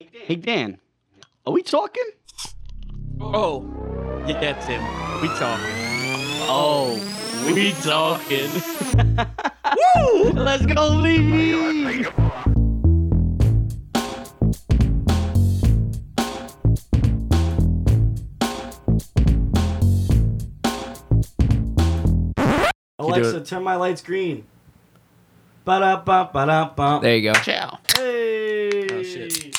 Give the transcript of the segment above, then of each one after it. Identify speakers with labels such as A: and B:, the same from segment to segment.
A: Hey Dan, are we talking?
B: Oh, yeah, that's him. We talking.
A: Oh,
B: We talking.
A: woo! Let's go, Levy.
C: Alexa, turn my lights green. Ba da ba ba da ba.
D: There you go.
A: Ciao.
C: Hey!
B: Oh, shit.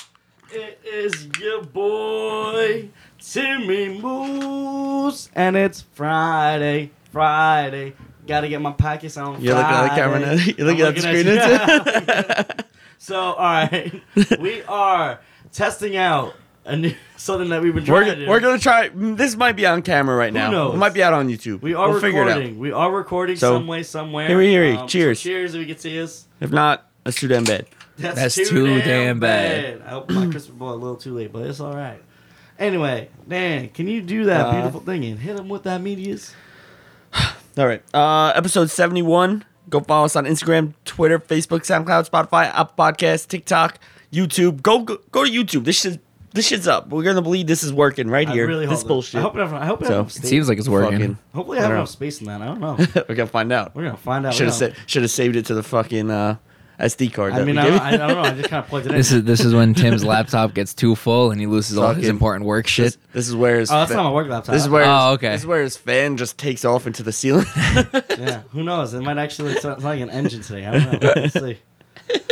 C: It is your boy Timmy Moose, and it's Friday. Friday. Gotta get my pockets on.
D: You're looking at the camera now.
C: Friday.
D: You're looking
C: I'm
D: at the screen,
C: you. so, all right, we are testing out a new something that we've been trying to
D: We're,
C: do.
D: we're gonna try. mm, This might be on camera right now.
C: knows?
D: It might be out on YouTube.
C: We are
D: we'll figure it
C: recording. We are recording
D: So,
C: some way, somewhere. Um,
D: here we- here we-
C: so
D: cheers.
C: cheers if you can see us.
D: out. If not, let's do that in bed.
C: That's,
D: That's too damn bad.
C: I hope my Christmas ball a little too late, but it's all right. Anyway, Dan, can you do that
D: Uh,
C: beautiful thing and hit him with that medias?
D: All right. Uh, episode seventy-one. Go follow us on Instagram, Twitter, Facebook, SoundCloud, Spotify, Apple Podcasts, TikTok, YouTube. Go go, go to YouTube. This shit, this shit's up. We're gonna believe this is working right here.
C: I really
D: this
C: hope
D: bullshit.
C: I hope I have, I hope I have
D: So,
C: enough
D: it
C: space.
D: like it's working.
C: Hopefully, I have
D: I don't
C: enough
D: know.
C: space in that. I don't know.
D: we're gonna find out.
C: We're gonna find out.
D: Should
C: now.
D: have said. Should have saved it to the fucking uh, SD card.
C: I
D: that
C: mean,
D: we
C: I,
D: gave
C: don't-
D: you.
C: I, I don't know. I just kind of plugged it in.
E: This is this is when Tim's laptop gets too full and he loses all his
D: Fucking-
E: important work
D: This,
E: shit.
D: this is where his.
C: oh, that's
D: fa-
C: not my work laptop.
D: This is where.
E: Oh,
D: his-
E: okay.
D: This is where his fan just takes off into the ceiling.
C: yeah. Who knows? It might actually sound like an engine today. I don't know. Let's see.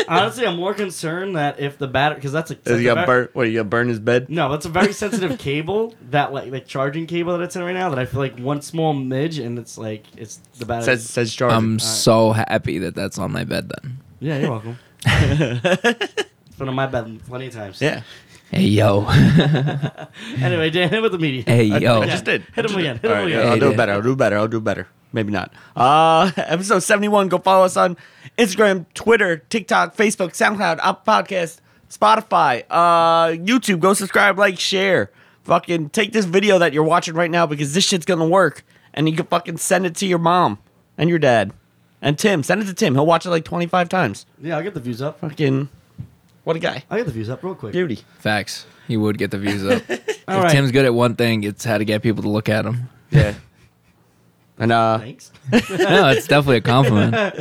C: Honestly, I'm more concerned that if the battery, because that's a
D: Is he
C: that's a
D: gonna
C: ver-
D: burn? What? You gonna burn his bed?
C: No, that's a very sensitive cable. That like the charging cable that it's in right now. That I feel like one small midge, and it's like it's the battery.
D: Says says Charlie.
E: I'm so happy that that's on my bed then.
C: yeah, you're welcome. it's been on my bed plenty of times.
D: yeah.
E: Hey yo,
C: Anyway, Dan, hit with the media.
E: hey
D: I,
E: yo.
D: I just did.
C: Hit him again. Hit him
D: All right,
C: again.
D: I'll
E: Hey,
D: do
E: dude.
D: better. I'll do better. I'll do better. Maybe not. Uh, episode 71. Go follow us on Instagram, Twitter, TikTok, Facebook, SoundCloud, Apple Podcast, Spotify, uh, YouTube. Go subscribe, like, share. Fucking take this video that you're watching right now because this shit's gonna work, and you can fucking send it to your mom and your dad and Tim. Send it to Tim. He'll watch it like 25 times.
C: Yeah, I'll get the views up.
D: Fucking, what a guy.
C: I'll get the views up real quick.
D: Beauty.
E: Facts. He would get the views up. if
C: All right.
E: Tim's good at one thing, it's how to get people to look at him.
D: Yeah. And uh,
C: Thanks.
E: No, it's definitely a compliment.
C: I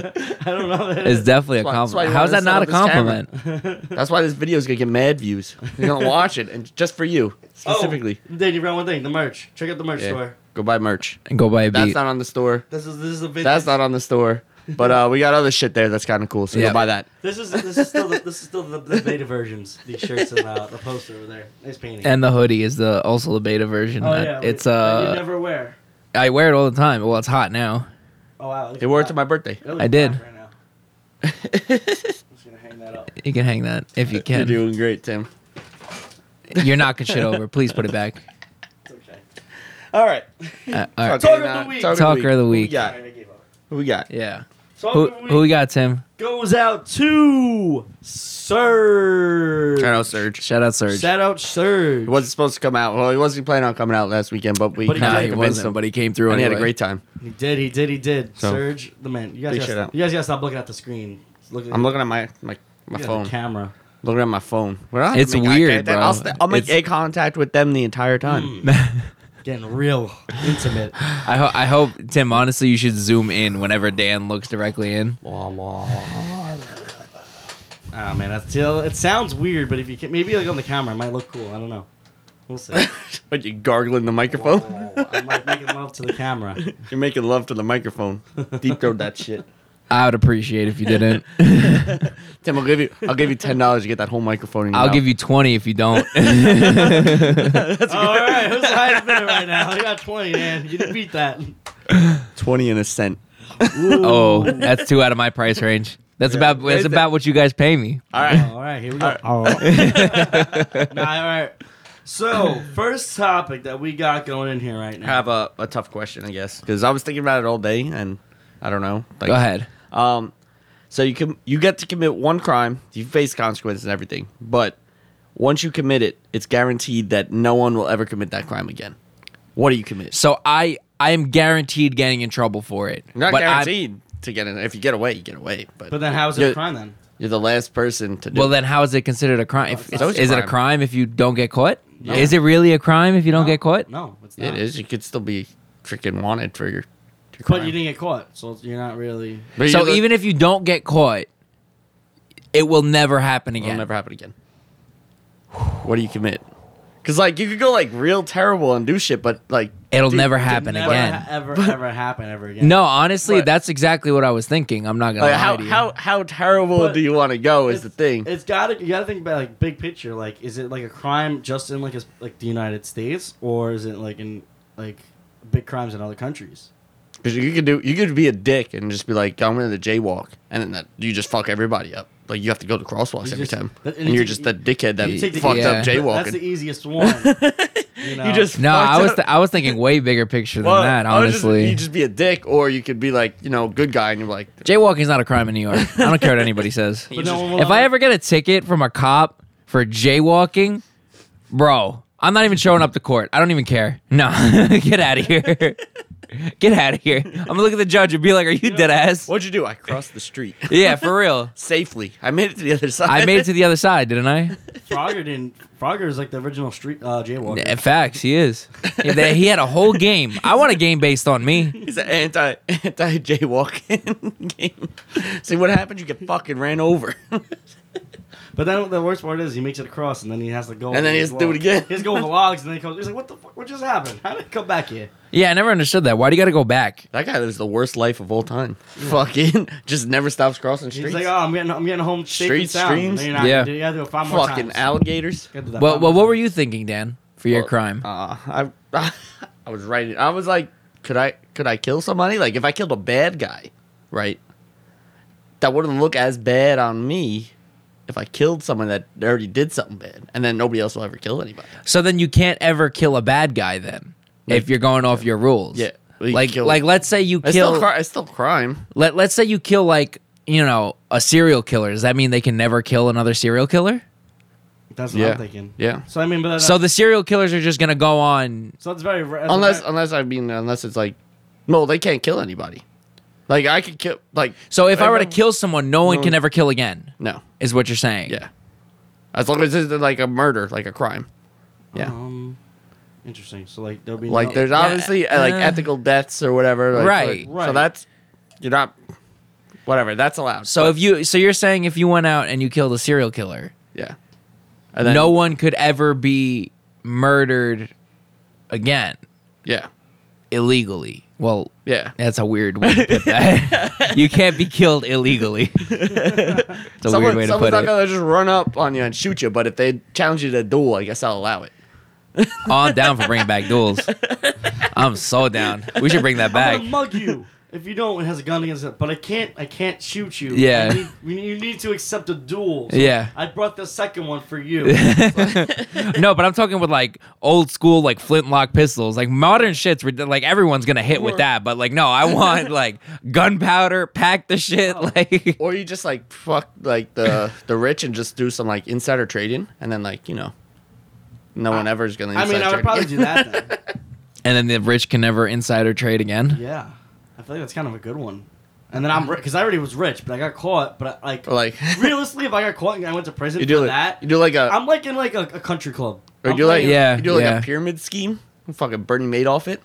C: don't know. That
E: It's definitely a
D: That's why- that's why
E: compliment.
D: you
E: How's that
D: wanna
E: not a
D: set up this camera.
E: compliment?
D: That's why this video is gonna get mad views. You're gonna watch it, and just for you specifically.
C: Oh, Dan, you forgot one thing. The merch. Check out the merch
D: Yeah.
C: store.
D: Go buy merch.
E: And go buy a
D: That's
E: beat.
D: not on the store.
C: This is this is a vintage.
D: That's not on the store. But uh, we got other shit there that's kind of cool. So
E: Yeah.
D: go buy that.
C: This is this is still the, this is still the, the beta versions. These shirts and uh, the poster over there. Nice painting.
E: and the hoodie is the also the beta version.
C: oh
E: I-
C: yeah,
E: it's
C: that
E: uh,
C: you never wear.
E: I wear it all the time. Well, it's hot now.
C: Oh wow,
D: They wore it to my birthday.
E: I did.
C: Right now. I'm just gonna hang that up.
E: You can hang that if you
D: You're
E: can.
D: doing great, Tim.
E: You're knocking shit over. Please put it back.
C: It's okay.
D: All right.
E: Uh, all right.
C: Talker of
D: now-
C: the week.
D: Talker
E: Talker of the
D: Who
E: week.
D: we got?
C: Alright, I gave up.
D: Who we got?
E: Yeah.
C: Song
E: Who
C: of the
E: who we
C: week
E: got, Tim?
C: goes out to Surge.
D: Shout out Surge.
E: Shout out Serge.
C: Shout out Surge.
D: It wasn't supposed to come out. Well, he wasn't planning on coming out last weekend, but we
C: But he
D: kinda
E: Nah,
C: did.
E: he
D: convinced
E: wasn't,
D: him.
E: but he came through
D: and he had a
E: anyway.
D: great time.
C: He did. He did. He did.
D: So-
C: Surge, the man. You guys,
D: Big
C: gotta,
D: shout out.
C: you guys gotta stop looking at the screen. Look at
D: I'm looking at my my, my
C: look at
D: phone.
C: The camera.
D: Looking at my phone. We're not
E: It's
D: making eye contact.
E: weird, bro.
D: I'll, st- I'll make
E: It's-
D: eye contact with them the entire time.
C: Getting real intimate.
E: I, ho- I hope Tim. Honestly, you should zoom in whenever Dan looks directly in.
C: Oh man, that's still. It sounds weird, but if you can, maybe like on the camera, it might look cool. I don't know. We'll see.
D: But you gargling the microphone.
C: Oh, I'm like making love to the camera.
D: You're making love to the microphone. Deep throat that shit.
E: I would appreciate if you didn't.
D: Tim, I'll give you I'll give you ten dollars to get that whole microphone in your
E: I'll
D: mouth.
E: give you twenty if you don't.
C: Oh, All right, who's the highest bidder right now? You got twenty, man. You can beat that.
D: twenty and a cent.
E: oh, that's two out of my price range. That's about that's
D: There's
E: about what you guys pay me.
D: All right.
C: All right, here we go. All right. nah, all right. So, first topic that we got going in here right
D: I
C: now.
D: have a, a tough question, I guess, because I was thinking about it all day, and I don't know. Like,
E: Go ahead.
D: Um, so you com- you get to commit one crime, you face consequences and everything, but once you commit it, it's guaranteed that no one will ever commit that crime again. What do you commit?
E: So I I am guaranteed getting in trouble for it.
D: You're not
E: But I-
D: guaranteed to get in. If you get away, you get away. But,
C: But then, how is it
D: Yeah.
C: a crime then?
D: You're the last person to do.
E: Well,
D: it.
E: then how is it considered a crime? If,
D: always a
E: is it a
D: crime.
E: crime if you don't get caught?
C: No.
E: Is it really a crime if you don't get caught?
C: No, it's not.
D: it is. You could still be freaking wanted for your. your
C: But
D: crime.
C: you didn't get caught, so you're not really.
D: But
E: So
D: you're the-
E: even if you don't get caught, it will never happen
D: it'll
E: again.
D: never happen again. What do you commit? Because like you could go like real terrible and do shit, but like
E: It'll
D: dude,
E: never
D: it
E: happen
C: never
E: again.
C: ha- ever, ever happen ever again.
E: no, honestly,
D: But-
E: that's exactly what I was thinking. I'm not gonna
D: Like
E: lie
D: how
E: to you.
D: how how terrible
C: But
D: do you want to go is
C: it's
D: the thing.
C: It's got to you got to think about like big picture. Like, is it like a crime just in like a, like the United States, or is it like in like big crimes in other countries?
D: Because you could do you could be a dick and just be like I'm going to jaywalk and then that, you just fuck everybody up. Like you have to go to crosswalks
C: You
D: every
C: just-
D: time,
C: that- and
D: and
C: you
D: you're
C: take-
D: just the dickhead that
C: you take the-
D: fucked up
E: Yeah.
D: jaywalking.
C: That's the easiest one. you, know?
D: You just
E: no,
D: fucked
E: I was
D: up.
E: th- I was thinking way bigger picture than
D: Well,
E: that.
D: I was just-
E: Honestly,
D: you just be a dick, or you could be like you know good guy and you're like
E: jaywalking's not a crime in New York. I don't care what anybody says.
C: But no one will
E: if I ever get a ticket from a cop for jaywalking, bro, I'm not even showing up to court. I don't even care. No, get out of here. Get out of here. I'm gonna look at the judge and be like, "Are you dead ass?"
D: what'd you do? I crossed the street
E: Yeah, for real.
D: safely. I made it to the other side.
E: I made it to the other side, didn't I?
C: Frogger didn't. Frogger is like the original street uh, jaywalker.
E: In fact, he is. Yeah, they- He had a whole game. I want a game based on me.
D: He's an anti anti jaywalking game. See what happens? You get fucking ran over.
C: But then the worst part is he makes it across and then he has to go.
D: And then he has to do it again.
C: He's going the logs and then he comes. He's like, "What the fuck? What just happened? How did it come back here?"
E: Yeah, I never understood that. Why do you got to go back?
D: that guy lives the worst life of all time. Fucking just never stops crossing
C: He's
D: streets.
C: like, "Oh, I'm getting, I'm getting home safe and
D: Streets,
C: sound."
D: streams?
C: No, you're not.
E: Yeah.
C: You gotta do it five more
D: fucking
C: times.
D: alligators.
C: Gotta do that
E: Well,
C: five
E: well,
C: more
E: what were
C: times.
E: you thinking, Dan, for your
D: Well,
E: crime?
D: Uh, I I was writing. I was like, could I could I kill somebody? Like if I killed a bad guy, right? That wouldn't look as bad on me if I killed someone that already did something bad, and then nobody else will ever kill anybody.
E: So then you can't ever kill a bad guy then, if you're going off your rules.
D: Yeah, well, you
E: Like,
D: kill-
E: like let's say you
D: It's still,
E: kill.
D: cri- it's still crime.
E: Let Let's say you kill like you know a serial killer. Does that mean they can never kill another serial killer?
C: That's what
D: Yeah.
C: I'm thinking.
D: Yeah.
C: So I mean, but that,
E: So the serial killers are just gonna go on.
C: so it's very ra-
D: unless
C: very-
D: unless I mean unless it's like, no, they can't kill anybody. Like I could kill like
E: So if I were to
D: don't-
E: kill someone, no one
D: No.
E: can ever kill again.
D: no
E: Is what you're saying?
D: yeah, as long as it's like a murder like a crime, yeah.
C: Um, interesting. So like there'll be
D: Like
C: no,
D: there's obviously uh, like
E: uh,
D: ethical deaths or whatever, like,
E: Right.
D: So, so
C: Right.
D: that's you're not whatever. That's allowed.
E: So if you so you're saying if you went out and you killed a serial killer,
D: yeah, and then,
E: no one could ever be murdered again
D: yeah,
E: illegally. Well,
D: yeah.
E: that's a weird way to put that. you can't be killed illegally. it's a
D: Someone,
E: weird way to
D: someone's
E: put
D: not
E: it.
D: gonna just run up on you and shoot you, but if they challenge you to a duel, I guess I'll allow it.
E: Oh, I'm down for bringing back duels. I'm so down. We should bring that
C: I'm
E: back.
C: gonna mug you if you don't. It has a gun against it, but I can't. I can't shoot you.
E: Yeah.
C: I need, we need- you need to accept a duel. So
E: Yeah.
C: I brought the second one for you.
E: no, but I'm talking with like old school, like flintlock pistols. Like modern shit's rid- like everyone's gonna hit with that, but like no, I want like gunpowder, pack the shit. Like
D: Or you just like fuck like the the rich and just do some like insider trading, and then like you know, no one ever is gonna.
C: I mean,
D: inside
C: I would
D: trade
C: probably
D: you.
C: do that. Then.
E: and then the rich can never insider trade again.
C: Yeah, I feel like that's kind of a good one. And then I'm because I already was rich, but I got caught. But I, like,
D: Or, like
C: realistically, if I got caught and I went to prison
D: you
C: for
D: do like
C: that,
D: you do like a
C: I'm like in like a, a country club.
D: Or
C: I'm
D: do like
C: playing-
E: Yeah,
D: you do like
E: yeah.
D: a pyramid scheme? Fucking Bernie Madoff it.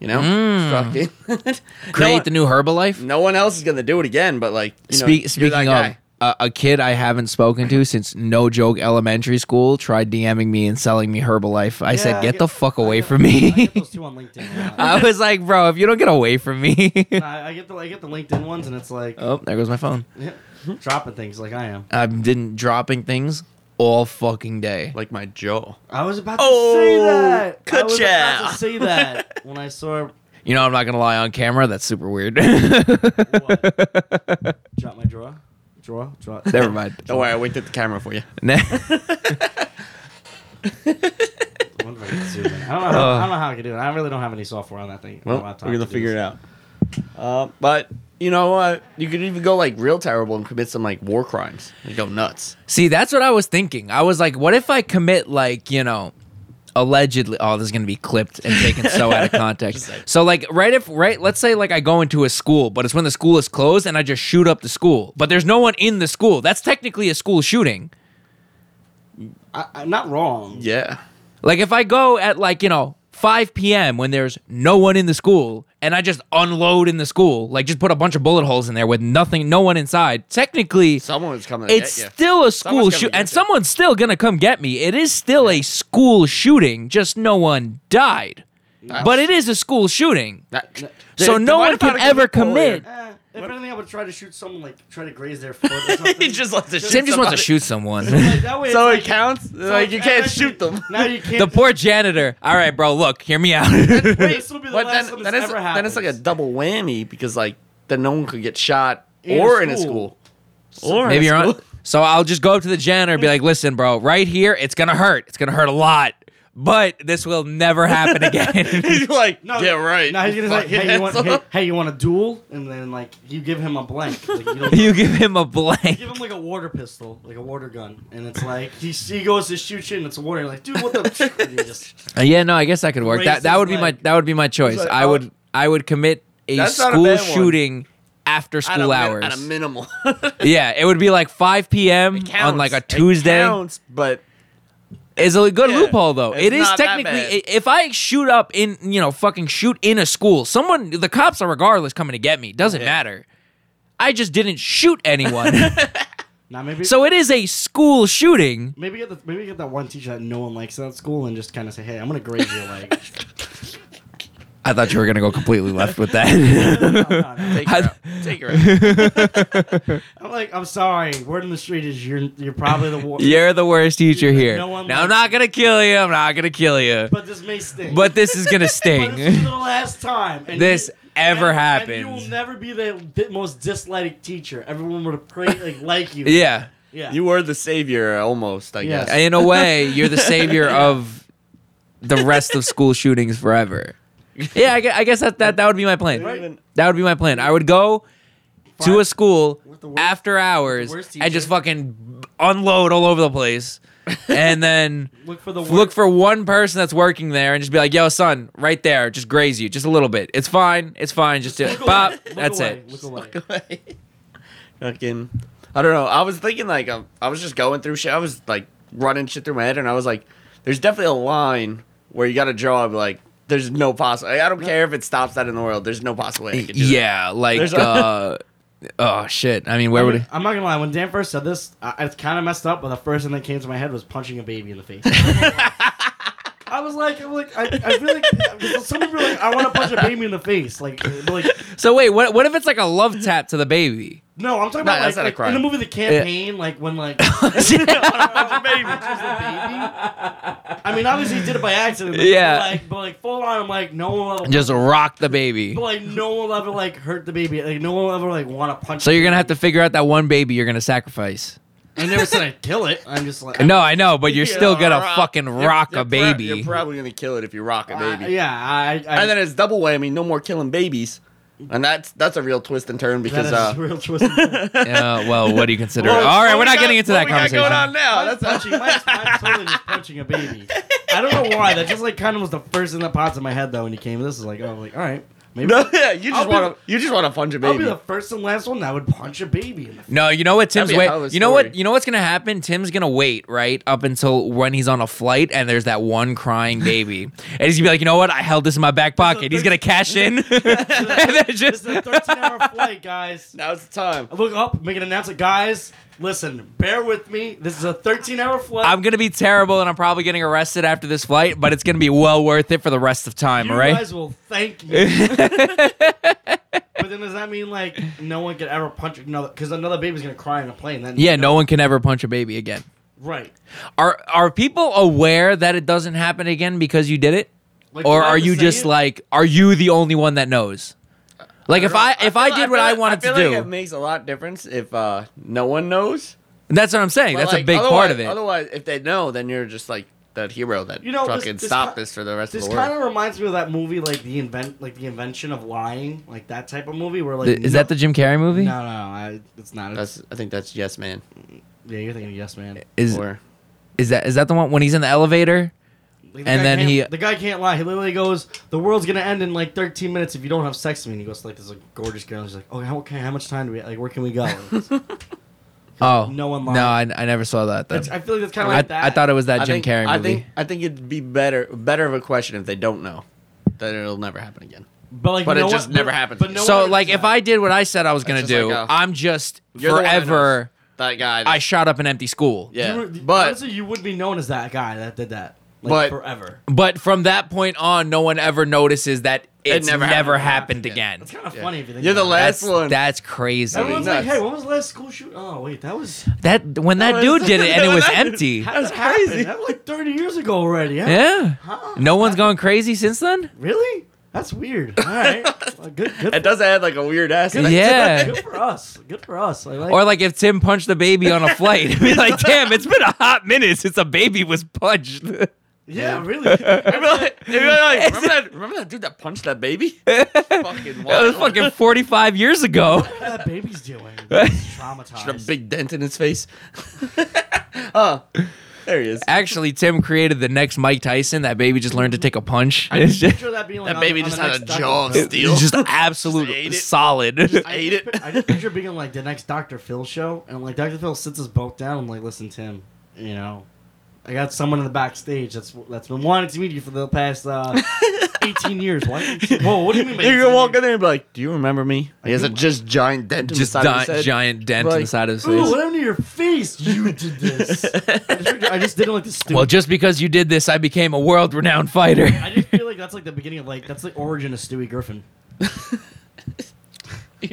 D: You know?
E: Mm.
D: Fucking- no,
E: Create
D: one,
E: the new Herbalife.
D: no one else is gonna do it again, but like you know,
E: Speak,
D: you're that
E: speaking of
D: guy.
E: a, a kid I haven't spoken to since no joke elementary school tried DMing me and selling me Herbalife. I said,
C: Yeah, I
E: "Get the
C: get-
E: fuck away
C: I get-
E: from
C: I
E: me."
C: get those two on LinkedIn.
D: Uh,
E: I was like, "Bro, if you don't get away from me."
C: I, I get the I get the LinkedIn ones, and it's like
E: oh, there goes my phone.
C: yeah, dropping things like I am.
E: I've been dropping things all fucking day.
D: like my Joe.
C: I was about
D: Oh,
C: to say that. I was
D: ka-chow.
C: about to say that when I saw
E: You know, I'm not gonna lie on camera. That's super weird.
C: what? drop my drawer, drawer, drawer.
E: Never mind.
D: Don't worry, I winked at the camera for you.
E: Ne-
C: I wonder if I can zoom in. I don't know. How, I don't know how I can do it. I really don't have any software on that thing.
D: Well, we're gonna figure it out. Uh, but you know what? You could even go like real terrible and commit some like war crimes. You go nuts.
E: See, that's what I was thinking. I was like, what if I commit like you know allegedly oh this is going to be clipped and taken so out of context so like right if right let's say like i go into a school but it's when the school is closed and i just shoot up the school but there's no one in the school that's technically a school shooting
C: I, I'm not wrong.
D: Yeah.
E: like if i go at like you know 5 p.m when there's no one in the school and i just unload in the school like just put a bunch of bullet holes in there with nothing no one inside technically
D: Someone's coming. to
E: it's
D: get you.
E: still a school
D: Someone's gonna
E: shoot,
D: get
E: and
D: you.
E: someone's still gonna come get me. It is still a school shooting, just no one died. But it is a school shooting,
D: That-
E: so
D: the-
E: no
D: the
E: one
D: white
E: can
D: powder
E: ever
D: people
E: commit.
C: Eh, if anything, I would try to shoot someone like try to graze their foot. Or something.
D: He just wants to shoot
E: Sam just wants
D: somebody.
E: to shoot someone.
C: Like, that way,
D: So
C: it's
D: it counts. like you can't
C: actually,
D: shoot them.
C: Now you can't.
E: the poor janitor. All right, bro. Look, hear me out.
C: This will be the
D: But
C: last
D: then,
C: time
D: then,
C: this
D: it's,
C: ever
D: then it's like a
C: happens.
D: double whammy because like then no one could get shot
C: In a
D: or in a
C: school.
D: school. Or
E: Maybe
D: in
E: you're
D: a
E: on.
D: school.
E: So I'll just go up to the janitor and be like, "Listen, bro, right here, it's gonna hurt. It's gonna hurt a lot, but this will never happen again."
D: He's like,
C: No,
D: yeah, right.
C: Now he's gonna say,
D: Fucking
C: hey you, want, hey,
D: asshole.
C: hey, you want a duel? And then like you give him a blank. Like, you, don't,
E: you give him a blank.
C: give him like a water pistol, like a water gun, and it's like he, he goes to shoot you, and it's a water. You're like, dude, what the? and you just,
E: Uh, yeah, no, I guess that could work. That
C: Raise
E: that
C: his
E: would be my
C: leg.
E: that would be my choice.
D: like,
E: I
D: oh.
E: would I would commit a
D: That's not a
E: school
D: bad one.
E: shooting after
D: At a
E: school
D: min-
E: hours.
D: At a minimal.
E: yeah, it would be like 5 p.m.
D: It
E: on like a
D: counts. It
E: Tuesday.
D: counts, but
E: It's a good
D: Yeah,
E: loophole though.
D: it's
E: It is
D: not that
E: technically
D: bad.
E: i- if I shoot up in you know fucking shoot in a school, someone the cops are regardless coming to get me. Doesn't matter. I just didn't shoot anyone,
C: now maybe
E: so it is a school shooting.
C: Maybe get the maybe get that one teacher that no one likes at school and just kind of say, hey, I'm gonna grade you like.
E: I thought you were gonna go completely left with that.
C: No, no, no.
D: take her
E: I-
D: out. Take her out.
C: I'm like, I'm sorry. Word in the street is you're you're probably the war.
E: You're the worst teacher here.
C: No one
E: now I'm
C: likes
E: not gonna kill you. I'm not gonna kill you.
C: But this may stink.
E: but this is gonna
C: But this is
E: sting.
C: the last time. and
E: This
C: you-
E: ever
C: and- And you
E: happens.
C: will never be the bit most disliked teacher. Everyone would pray like like you.
E: yeah.
C: yeah.
D: You were the savior almost, I
C: Yes.
E: In a way, you're the savior of the rest of school shootings forever. Yeah, I gue- I guess that, that that would be my plan.
C: Right.
D: guess.
E: That would be my plan. I would go to a school
C: With the worst-
E: after
C: with
E: hours
C: the worst
E: and just
C: teacher.
E: fucking unload all over the place. and then
C: look for the
E: look for one person that's working there and just be like, "Yo, son, right there, just graze you, just a little bit. It's fine. It's fine. Just do it. Bop. That's it."
C: Look away.
D: Fucking, I don't know. I was thinking like um, I was just going through shit. I was like running shit through my head, and I was like, "There's definitely a line where you got to draw." of, Like, there's no possible. I don't care if it stops that in the world. There's no possible way. I could do that.
E: Yeah, like
D: There's a-
E: uh, oh shit. I mean, where would it?
C: I'm not gonna lie. When Dan first said this, I, it's kind of messed up. But the first thing that came to my head was punching a baby in the face. I was like, I'm like, I, I feel like some people are like, I want to punch a baby in the face. Like, they're like,
E: So wait, what? What if it's like a love tap to the baby?
C: no, I'm talking
D: No,
C: about
D: that's
C: like,
D: not a
C: like,
D: crime.
C: in the movie The Campaign, like when like punch a baby, punches a baby. I mean, obviously he did it by accident. But
E: Yeah.
C: like, but like full on, I'm like, no one will ever,
E: Just rock the baby.
C: but like no one will ever like hurt the baby. Like no one will ever like want to punch.
E: So you're gonna have to figure out that one baby you're gonna sacrifice.
C: I never said I'd kill it. I'm just like,
E: No, I know, but you're still gonna
D: rock-
E: fucking
D: uh, You're-
E: rock
D: you're
E: a
D: prob-
E: baby.
D: you're probably gonna kill it if you rock a
C: I-
D: baby.
C: yeah, I, I
D: And then it's double whammy. No more killing babies. And that's that's a real twist and turn
C: That
D: because
C: is
D: uh,
C: real twist. and turn.
E: Uh, well, what do you consider?
D: Well,
E: All right,
D: what
E: we're
D: we
E: not
D: got-
E: getting into
D: what
E: that
D: we got
E: conversation.
D: going on now.
C: Mine's
D: That's
C: punching. Mine's, mine's totally just punching a baby. I don't know why. That just like kind of was the first thing that popped in my head though when you came. This is like, oh, like all right, maybe
D: No, yeah, you
C: I'll
D: just
C: be
D: want to you just want to punch a
C: I'll be
D: baby.
C: the first and last one that would punch a baby. In the
E: No, you know what Tim's
D: That'd be a hell of
E: wait.
D: a
E: You know what?
D: story.
E: You know what's gonna happen? Tim's gonna wait right up until when he's on a flight and there's that one crying baby, and he's gonna be like, you know what? I held this in my back pocket. He's gonna cash in, and then
C: this is
E: just
C: a 13 hour flight, guys.
D: Now's the time.
C: I look up, make an announcement, guys. Listen, bear with me. This is a 13 hour flight.
E: I'm gonna be terrible, and I'm probably getting arrested after this flight, but it's gonna be well worth it for the rest of time.
C: you
E: All right.
C: guys will thank me. but then does that mean like no one could ever punch another? Because another baby's gonna cry in a plane. Then
E: Yeah, no one can ever punch a baby again.
C: right.
E: Are are people aware that it doesn't happen again because you did it?
C: Like,
E: or
C: do I have
E: are
C: to
E: you
C: say
E: just
C: it?
E: like are you the only one that knows like if i if i,
D: feel-
E: did what
D: feel
E: i
D: like-
E: wanted
D: feel
E: to do
D: like it makes a lot of difference if uh, no one knows.
E: that's what i'm saying
D: But,
E: that's a
D: like,
E: big part of
D: otherwise-
E: it
D: Otherwise, if they know, then you're just like that hero that
C: You know, this-
D: fucking
C: this
D: stop
C: ki-
D: this for the rest of
C: This
D: the
C: kind
D: world.
C: of reminds me of that movie, like the invent, like the invention of lying, like that type of movie. Where like
E: Th- is that the jim carrey movie
C: no, no, no I, it's not. It's,
D: That's I think that's yes man.
C: yeah, you're thinking of Yes Man.
E: is
D: or
E: is that is that the one when he's in the elevator
C: Like, the
E: And
C: guy
E: then
C: can't-
E: he-
C: the guy can't lie. He literally goes, "The world's gonna end in like 13 minutes if you don't have sex with me." And he goes to, like this like gorgeous girl. And she's like, "Oh, how, okay, how much time do we? Like, where can we go?" It's-
E: Oh
C: No one lied.
E: No, I, I never saw that. Then.
C: it's- I feel like it's kind of
E: I,
C: like that.
E: I thought it was that
D: I
E: Jim
D: think,
E: Carrey movie.
D: I think I think it'd be better better of a question if they don't know that it'll never happen again.
C: but like,
D: but it
C: no
D: just
C: one-
D: never
C: but-
D: happened.
C: But no
E: so
C: one
E: like
C: does
E: if
C: that.
E: I did what I said I was gonna
D: just
E: do,
D: like a-
E: I'm just
D: You're the one that
E: forever.
D: knows. that guy. that-
E: I shot up an empty school.
D: yeah,
C: You were-
D: but
C: honestly, you would be known as that guy that did that. Like,
D: But-
C: forever.
E: But from that point on, no one ever notices that it's
D: never
E: never,
D: happened.
E: happened,
D: Happened again.
E: again.
C: It's kind of funny if you think
D: You're the
C: about it.
D: last
E: That's
D: one.
E: that's crazy.
C: Everyone's like,
D: nuts.
C: "Hey, when was the last school shoot?" Oh wait, that was
E: That when that,
D: was-
E: dude did it and it
D: when
E: was
D: that-
E: empty.
C: how did that crazy. That was like 30 years ago already. Huh?
E: Yeah. No one's gone crazy since then?
C: Really? That's weird. All right. Well, good. Good.
D: it does add like a weird ass.
E: Yeah.
C: Good for us. Good for us. I like.
E: Or like if Tim punched the baby on a flight, it'd be like, damn, it's been a hot minute since a baby was punched.
C: yeah, really. I
D: Remember that- remember that? Remember that dude that punched that baby? fucking
E: That
D: wild.
E: was fucking 45 years ago.
C: wonder what that baby's doing. It's
D: a
C: traumatized.
D: big dent in his face. oh, there he is.
E: Actually, Tim created the next Mike Tyson. That baby just learned to take a punch.
C: I just picture that being like
D: That
C: on the-
D: baby
C: on
D: just
C: the
D: had
C: next
D: a
C: Doctor
D: jaw of
C: Phil.
D: steel.
E: It's just absolute
D: ate it.
E: solid.
C: I
D: ate
C: just
D: it.
C: pi- I just picture being on like the next Doctor Phil show, and like Doctor Phil sits us both down and like, listen, Tim, you know, I got someone in the backstage that's that's been wanting to meet you for the past uh, eighteen years. Why? Whoa, what do you mean? by
D: You're
C: 18
D: gonna walk
C: years?
D: in there and be like, "Do you remember me?" He has a just giant dent in
E: just
D: the side of his
E: di-
D: head.
E: giant dent in
D: Like,
E: the side of his
C: Ooh,
E: face.
C: what happened to your face? You did this. I just, I just didn't like the stupid.
E: Well, just because you did this, I became a world renowned fighter.
C: I just feel like that's like the beginning of like that's the origin of Stewie Griffin. Like,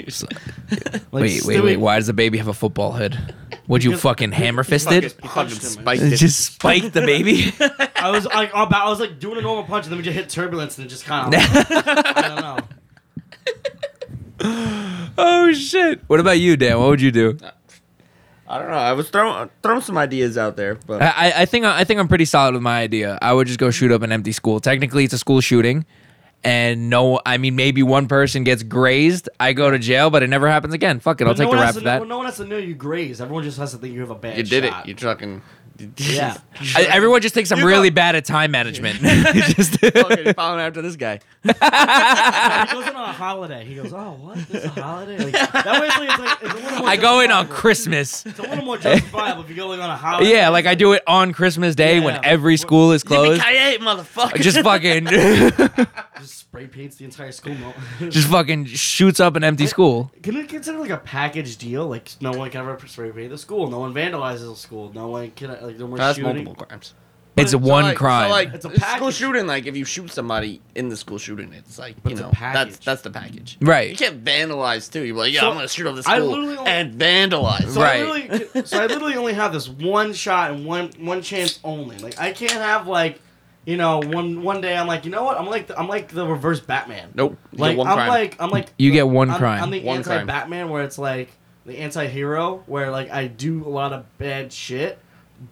E: wait, wait,
C: Stewie-
E: wait. Why does the baby have a football head? Would you
C: Because-
E: fucking hammer fisted?
C: He
D: Fucking
C: punched him, man.
D: spiked it.
E: Just spike the baby?
C: I was like about, I was like doing a normal punch and then we just hit turbulence and it just kind of I don't know.
E: oh, shit. What about you, Dan? What would you do?
D: I don't know. I was throwing throwing some ideas out there, but
E: I, I- I think I think I'm pretty solid with my idea. I would just go shoot up an empty school. Technically, it's a school shooting, and no, I mean maybe one person gets grazed. I go to jail, but it never happens again. Fuck it, I'll
C: But
E: take
C: no
E: the
C: one has
E: rap
C: to
E: for
C: know-
E: that.
C: No one has to know you graze. Everyone just has to think you have a bad.
D: you did
C: shot.
D: it. You fucking
C: Yeah.
E: I- everyone just thinks I'm
D: You
E: really
D: got-
E: bad at time management. Just-
D: fucking following after this guy.
C: he goes in on a holiday. He goes, oh, what? This is a holiday? Like, that way, it's, like, it's, like, it's a little more.
E: I go in on
C: justifiable.
E: Christmas.
C: It's a little more justifiable if you're going on a holiday.
E: Yeah, like I do it on Christmas Day
C: Yeah.
E: when every school is closed.
D: Yippee-ki-yay, motherfucker.
E: I Oh, Just fucking,
C: Just spray paints the entire school. No.
E: just fucking shoots up an empty school.
C: Can it consider like a package deal? Like no one can ever spray paint the school. No one vandalizes the school. No one can uh, like no more
D: That's
C: shooting.
D: multiple crimes.
E: It's
D: So,
E: one
D: like-
E: crime.
D: So like, it's
C: It's a
D: a school
C: package.
D: shooting. Like if you shoot somebody in the school shooting, it's like you
C: it's a
D: know
C: package.
D: that's that's the package.
E: Right.
D: You can't vandalize too. You're like, yeah,
C: So,
D: I'm gonna shoot up the
C: I
D: school
C: literally only-
D: and vandalize.
C: So I
E: Right.
C: literally, so I literally only have this one shot and one one chance only. Like I can't have like, you know, one one day I'm like, you know what? I'm like the, I'm like the reverse Batman.
D: nope. You get
C: Like
D: one
C: I'm
D: crime.
C: like I'm like
E: You get one
C: I'm-
E: crime.
C: I'm the
D: One crime.
C: anti-Batman where it's like the anti-hero where like I do a lot of bad shit,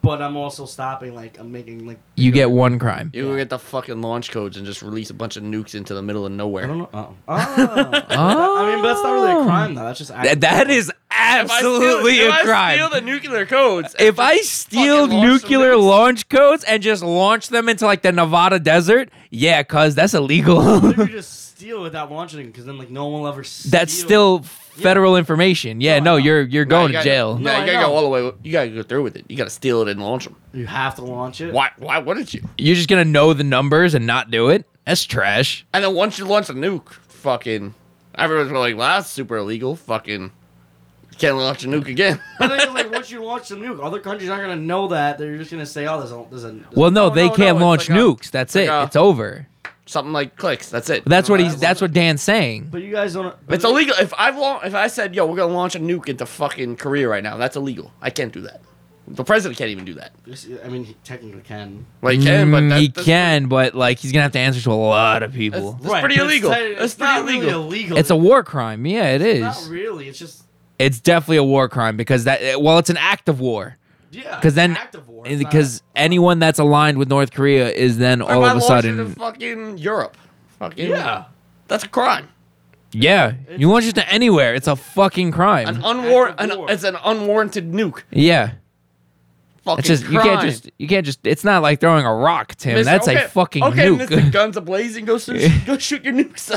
C: but I'm also stopping like I'm making like
E: you get one crime.
D: you get the fucking launch codes and just release a bunch of nukes into the middle of nowhere.
C: I don't know. Oh. oh. I mean, but that's not really a crime though. That's just
E: Ah. That- that is absolutely
D: if I
E: a crime.
D: Steal the nuclear codes.
E: if I steal
D: fucking launch them
E: nuclear
D: nukes.
E: launch codes and just launch them into like the Nevada desert, yeah, cuz that's illegal.
C: What if you just steal without launching it? Because then like no one will ever. Steal.
E: that's still federal information. Yeah,
C: No, I
E: no,
C: know.
E: you're you're
D: No, you
E: going to
D: gotta-
E: jail.
D: No,
C: No,
D: you
C: I
D: gotta
C: know.
D: go all the way. You gotta go through with it. You gotta steal it and launch them.
C: You have to launch it.
D: Why? Why wouldn't you?
E: You're just going to know the numbers and not do it. That's trash.
D: And then once you launch a nuke, fucking everyone's gonna be like, well, that's super illegal. Fucking can't launch a nuke again.
C: But then it's like once you launch the nuke, other countries aren't gonna know that. They're just gonna say, "Oh, there's a." There's a there's
E: Well, no,
D: no,
E: they
D: no,
E: can't
D: it's
E: launch
D: like a-
E: nukes. That's
D: like
E: it.
D: a-
E: it's over.
D: Something like clicks. That's it.
E: But that's what
C: No,
E: he's
C: that's-
E: that's what Dan's saying.
C: but you guys don't. But
D: it's illegal. If I launch, if I said, yo, we're gonna launch a nuke into fucking Korea right now, that's illegal. I can't do that. The president can't even do that.
C: I mean, he technically can.
D: Well, he can, but
E: Mm,
D: that,
E: he
D: that's-
E: can, but like he's going to have to answer to a lot of people.
D: That's- pretty
C: but
D: illegal.
C: It's, te-
D: That's
C: it's not
D: pretty
C: really
D: illegal.
C: illegal.
E: It's a war crime. Yeah, it
C: It's Not
E: is.
C: really. It's just
E: It's definitely a war crime because that eh, well, it's an act of war.
C: yeah.
E: because then
C: it's an act of war. It's not-
E: because anyone that's aligned with North Korea is then
D: What
E: all
D: if I
E: of a
D: launched it in
E: sudden
D: fucking Europe. Fucking
C: Yeah.
D: That's a crime.
E: yeah you launch it to anywhere it's a fucking
D: An
E: crime
D: unwar-
C: act of
D: an,
C: war.
D: it's an unwarranted nuke.
E: yeah
D: fucking
E: It's just you
D: crime.
E: can't just you can't just. It's not like throwing a rock, Tim.
D: Mister-
E: That's
D: okay,
E: a fucking
D: okay,
E: nuke.
D: Mister Guns a blazing. Go shoot, go shoot your nukes.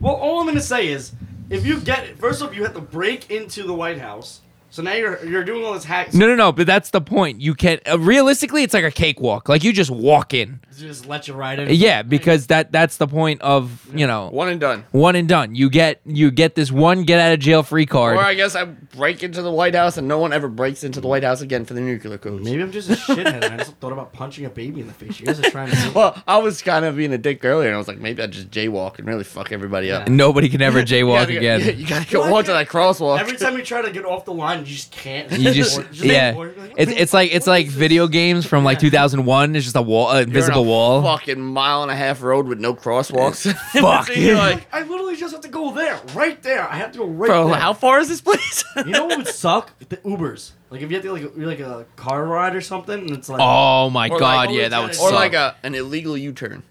C: Well, all I'm gonna say is, if you get first off, you have to break into the White House. So now you're you're doing all this hacks.
E: No, no, no. But that's the point. You can uh, realistically, it's like a cakewalk. Like you just walk in.
C: Just let you ride in.
E: Yeah, because that that's the point of you know
D: One and done.
E: one and done. You get you get this one get out of jail free card.
D: Or I guess I break into the White House and no one ever breaks into the White House again for the nuclear codes.
C: Maybe I'm just a shithead. and I just thought about punching a baby in the face. You guys are trying to.
D: Well, I was kind of being a dick earlier, and I was like, maybe I just jaywalk and really fuck everybody up.
E: And Nobody can ever
D: You
E: jaywalk
D: gotta go-
E: again.
D: You, gotta go
C: Well, I
D: walk to that
C: can't-
D: crosswalk.
C: Every time you try to get off the line, you just can't.
E: You just yeah. It's it's like it's like video games from like 2001. It's just a wall, an
D: You're on a
E: invisible wall.
D: Fucking mile and a half road with no crosswalks.
E: Fuck.
D: You're like,
C: I literally just have to go there, right there. I have to go right
D: bro,
C: there.
D: how far is this place?
C: You know what would suck? The Ubers. Like if you have to like you're like a car ride or something, and it's like
E: Oh my
D: Or
E: god,
D: like-
E: yeah, that would
C: or
D: or
E: suck.
D: like a, an illegal U turn.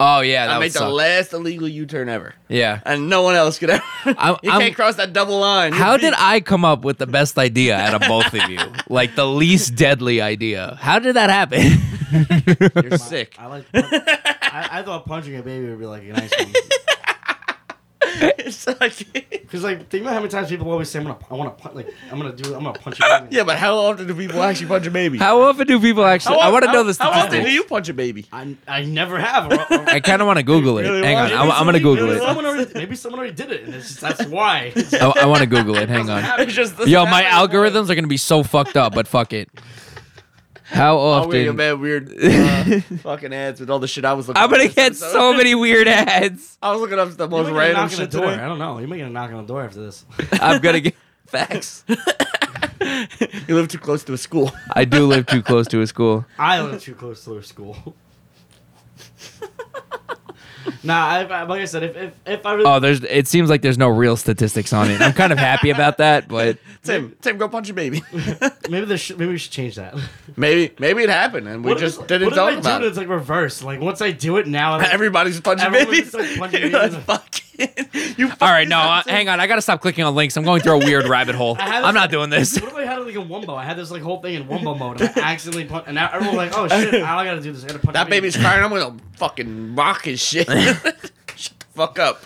E: oh yeah, that
D: I
E: would
D: made the
E: suck.
D: last illegal U turn ever,
E: yeah.
D: and no one else could ever.
E: I'm-
D: you
E: I'm-
D: can't cross that double line.
E: How did I come up with the best idea out of both of you? Like the least deadly idea. How did that happen?
D: You're sick.
C: I like. I, I thought punching a baby would be like a nice one.
D: It's like-
C: Because like think about how many times people always say I'm gonna I want to punch like I'm gonna do I'm gonna punch a baby.
D: yeah, but how often do people actually punch a baby?
E: How often do people actually? I want to know the
D: How often do
E: statistics.
D: you punch a baby?
C: I, I never have. Or- or-
E: I kind of want to Google it.
D: Really
E: Hang on,
D: want-
E: I'm, I'm gonna Google
C: maybe
E: it. I,
C: Someone already, maybe someone already did it, and it's just, that's why. It's
E: I want to Google it. Hang on.
D: It's just this
E: Yo, my
D: happened to me.
E: algorithms are gonna be so fucked up, but fuck it. How
D: I'm gonna get
E: often?
D: mad Oh, weird uh, fucking ads with all the shit I was looking.
E: I'm
D: up
E: gonna
D: this
E: get
D: episode.
E: so many weird ads.
D: I was looking up the most
C: you might
D: random
C: get a knock on the
D: shit
C: door.
D: today.
C: I don't know. You might get a knock on the door after this.
E: I'm gonna get facts.
D: You live too close to a school.
E: I do live too close to a school.
C: I live too close to their school. nah, I, I, like I said, if if, if I really
E: Oh, there's. It seems like there's no real statistics on it. I'm kind of happy about that, but
D: Tim, Tim, go punch a baby.
C: maybe this should, maybe we should change that.
D: maybe, maybe it happened and we
C: What if
D: just
C: it's-
D: didn't
C: what if I
D: talk
C: do
D: about
C: it,
D: it.
C: It's like reverse. Like once I do it now, I'm like,
D: Everybody's punching
C: Everyone
D: babies.
C: just, like, punching
D: You're
C: babies.
D: like, fucking, you
E: All right, no, uh, hang on. I gotta stop clicking on links. I'm going through a weird rabbit hole.
C: I had
E: I'm
C: this-
E: not doing this.
C: What if I had it like in Wumbo? I had this like whole thing in Wumbo mode, and I accidentally punch, and now everyone's like, "Oh shit! Now I gotta do this. I gotta punch."
D: That
C: a baby.
D: baby's crying. I'm gonna fucking rock his shit. Shut the fuck up.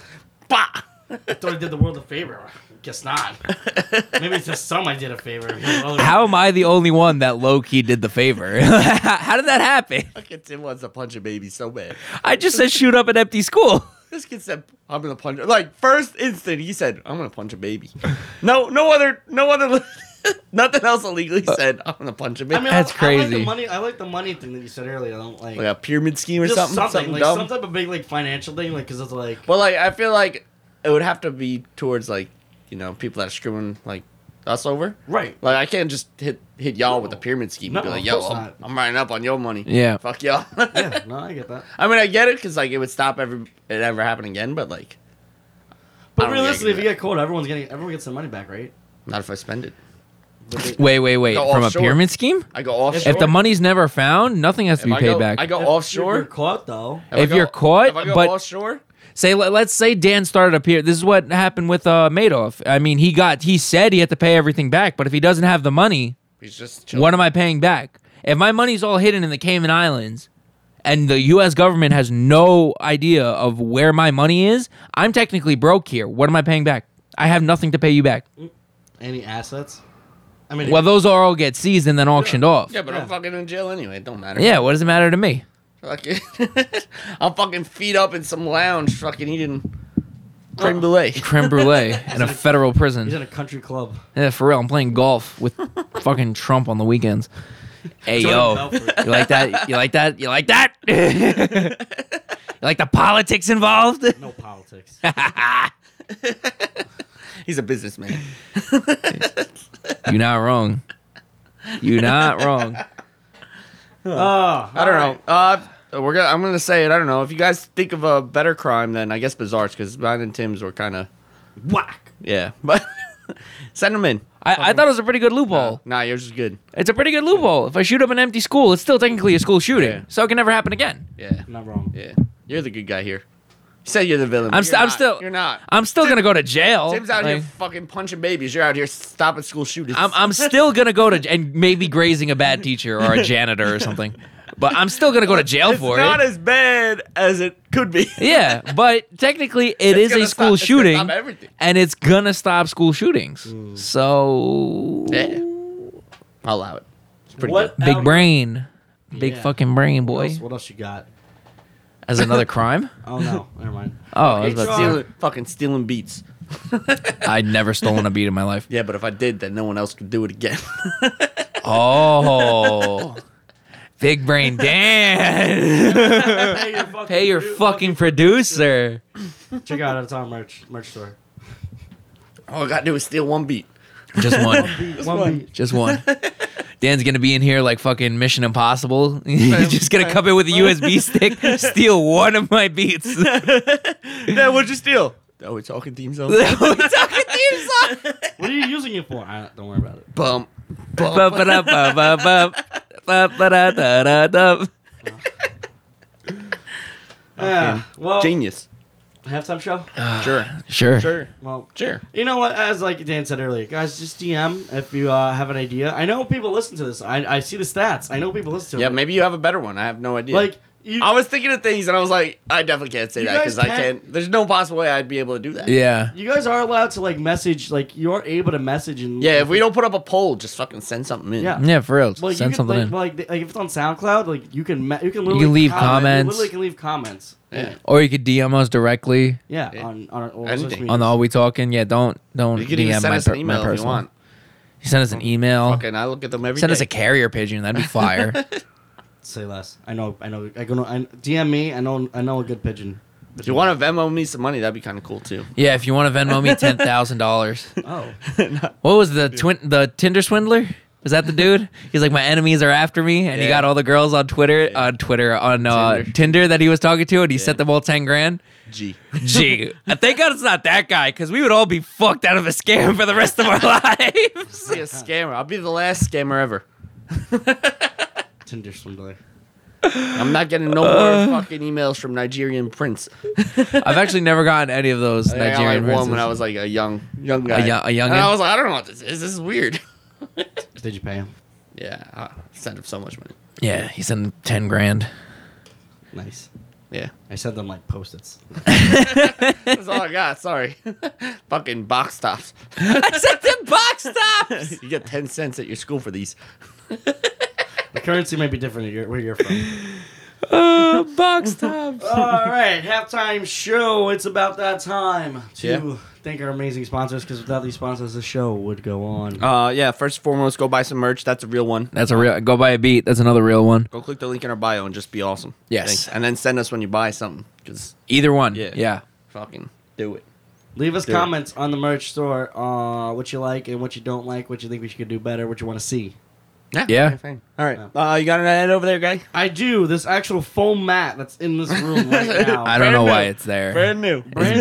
D: Bah.
C: Thought I did the world a favor. Guess not. Maybe it's just some I did a favor.
E: How am I the only one that low key did the favor? How did that happen?
D: Fucking Tim wants to punch a baby so bad.
E: I just said shoot up an empty school.
D: This kid said, "I'm gonna punch." Like first instant, he said, "I'm gonna punch a baby." No, no other, no other, nothing else illegally said. I'm gonna punch a
C: Uh, I
D: baby.
C: mean,
E: That's
C: I, I like
E: crazy.
C: the money. I like the money thing that you said earlier. I don't like.
D: like a pyramid scheme or
C: just
D: something,
C: something,
D: something,
C: like
D: dumb.
C: some type of big like financial thing, like because it's like
D: But like, I feel like it would have to be towards like you know people that are screwing like us over.
C: right.
D: Like I can't just hit hit y'all with a pyramid scheme
C: No,
D: and be like,
C: of
D: "Yo,
C: course
D: I'm,
C: not.
D: I'm riding up on your money."
E: Yeah.
D: fuck y'all.
C: Yeah, no, I get that.
D: I mean, I get it because like it would stop every it ever happening again. But like,
C: But
D: don't
C: realistically,
D: get
C: if you get caught, everyone's getting everyone gets their money back, right?
D: not if I spend it.
C: But they-
E: Wait, wait, wait.
D: Go
E: From a
D: offshore.
E: pyramid scheme?
D: I go offshore.
E: If the money's never found, nothing has to be
D: I
E: paid
D: go,
E: back.
D: I go
C: if
D: Oh, offshore.
C: You're caught though.
D: If I
E: If you're caught,
D: if I go
E: but-
D: offshore,
E: say, let, let's say Dan started up here. This is what happened with uh, Madoff. I mean, he got, he said he had to pay everything back, but if he doesn't have the money,
D: he's just
E: what am I paying back? If my money's all hidden in the Cayman Islands and the US government has no idea of where my money is, I'm technically broke here. What am I paying back? I have nothing to pay you back.
C: Any assets? I mean,
E: Well, those are all get seized and then auctioned off.
D: Yeah, but
C: Yeah.
D: I'm fucking in jail anyway. It don't matter.
E: Yeah, what does it matter to me?
D: Fuck it. I'm fucking feet up in some lounge, fucking eating creme brulee.
E: Creme brulee in a federal
C: he's in
E: prison.
C: a country club.
E: Yeah, for real. I'm playing golf with fucking Trump on the weekends. Hey
C: Jordan
E: yo,
C: Belfort.
E: you like that? You like that? You like that? you like the politics involved?
C: No politics.
D: He's a businessman.
E: You're not wrong. You're not wrong.
C: Oh,
D: I don't know. Uh, we're gonna. I'm gonna say it. I don't know. If you guys think of a better crime, then I guess Bizarre's because mine and Tim's were kind of
C: Whack.
D: yeah. But send them in. Uh,
E: I, I thought it was a pretty good loophole.
D: Nah, yours is good.
E: It's a pretty good loophole. If I shoot up an empty school, it's still technically a school shooting,
D: Yeah.
E: so it can never happen again.
D: Yeah,
C: Not wrong.
D: yeah. You're the good guy here. said you're the villain.
E: I'm,
D: but
E: st-
D: you're
E: I'm
D: not.
E: still.
D: You're not.
E: I'm still gonna go to jail.
D: Tim's out
E: Like,
D: here fucking punching babies. You're out here stopping school shootings.
E: I'm, I'm still gonna go to and maybe grazing a bad teacher or a janitor or something, but I'm still gonna go to jail
D: it's
E: for
D: not
E: it.
D: as bad as it could be.
E: yeah, but technically
D: It's
E: it is
D: gonna
E: a school
D: stop- it's gonna
E: shooting,
D: stop everything.
E: and it's gonna stop school shootings. So
D: Yeah. Um, I'll allow it. It's pretty
C: What
E: big
C: else-
E: brain, big
C: Yeah.
E: fucking brain,
C: What
E: boy.
C: else, what else you got?
E: As another crime?
C: Oh no, never mind.
E: Oh, I was
D: good.
E: about to
C: Sean.
E: say,
D: stealing, fucking stealing beats.
E: I'd never stolen a beat in my life.
D: Yeah, but if I did, then no one else could do it again.
E: Oh, big brain Dan.
C: Pay your fucking,
E: Pay your fucking producer.
C: Check out it's on merch merch store.
D: All I got to do is steal one beat.
E: Just one.
C: One beat.
E: Just one. Dan's gonna be in here like fucking Mission Impossible. He's just gonna come in with a USB stick, steal one of my beats.
D: yeah, what'd you steal? Oh, we're talking theme song.
C: What are you using it for? I, don't worry about it.
D: bump, bump.
E: Ba-ba-da-ba-ba-ba.
C: Uh, well,
D: Genius.
C: halftime show.
D: Sure.
E: Sure.
D: Sure.
C: Well,
D: Sure.
C: You know what? As like Dan said earlier, guys, just DM if you uh, have an idea. I know people listen to this. I, I see the stats. I know people listen to
D: Yeah,
C: it.
D: maybe you have a better one. I have no idea.
C: Like you,
D: I was thinking of things and I was like, I definitely can't say
C: You
D: that 'cause
C: guys
D: that because I
C: can't-
D: can't. There's no possible way I'd be able to do that.
E: Yeah.
C: you guys are allowed to like message. Like you are able to message and
D: Yeah, if we don't put up a poll, just fucking send something in.
C: Yeah.
E: Yeah, for real.
C: Well, you
E: Send
C: can,
E: something
C: like,
E: in.
C: well, like, like if it's on SoundCloud, like you can me- you can literally
E: leave
C: comment.
E: comments.
C: You literally can leave comments.
D: Yeah.
E: Or you could DM us directly
C: Yeah,
D: Yeah.
C: on on our all
D: Anything.
C: social media.
E: on the All We Talking. Yeah, don't don't
D: You could
E: DM
D: even send
E: my,
D: us
E: per-
D: an
E: my
D: email
E: personal.
D: if you want.
E: You send us an email.
D: Fucking, I look at them every
E: Send us
D: day.
E: a carrier pigeon. That'd be fire.
C: Say less. I know. I know. I go. I, DM me. I know. I know a good pigeon.
D: If you want to Venmo me some money, that'd be kind of cool too.
E: yeah, if you want to Venmo me ten thousand dollars.
C: Oh,
E: What was the twin the Tinder swindler? Was that the dude? He's like, my enemies are after me, and he
D: Yeah.
E: got all the girls on Twitter, on Twitter, on uh,
D: Tinder.
E: Tinder. that he was talking to, and he sent them all ten grand.
D: G.
E: Gee, thank God it's not that guy, because we would all be fucked out of a scam for the rest of our lives.
D: be a scammer. I'll be the last scammer ever.
C: Tinder swindler.
D: I'm not getting no
E: Uh.
D: more fucking emails from Nigerian prince.
E: I've actually never gotten any of those
D: I got like
E: Nigerian
D: one
E: princes.
D: when I was like a young, young guy.
E: young- a youngin'?
D: And I was like, I don't know what this is. This is weird.
C: Did you pay him?
D: yeah, I sent him so much money.
E: yeah, he sent him ten grand.
C: Nice.
D: Yeah,
C: I sent them like post-its.
D: that's all I got. Sorry, fucking box tops.
E: I sent him box tops.
D: You get ten cents at your school for these.
C: The currency might be different here- where you're from.
E: Uh, box tops.
C: All right, halftime show. It's about that time to
D: Yeah.
C: thank our amazing sponsors because without these sponsors, the show would go on.
D: Uh, yeah. First and foremost, go buy some merch. That's a real one.
E: That's a real. Go buy a beat. That's another real one.
D: Go click the link in our bio and just be awesome.
E: Yes.
D: and then send us when you buy something. Cause
E: Either one.
D: Yeah.
E: Yeah.
D: fucking do it.
C: Leave us
D: Dude.
C: comments on the merch store. Uh, what you like and what you don't like. What you think we should do better. What you want to see.
E: Yeah.
D: All right. Uh, you got an ad over there, guy?
C: I do this actual foam mat that's in this room right now.
E: I don't
D: Brand
E: know
D: new.
E: why it's there.
D: new.
E: Brand-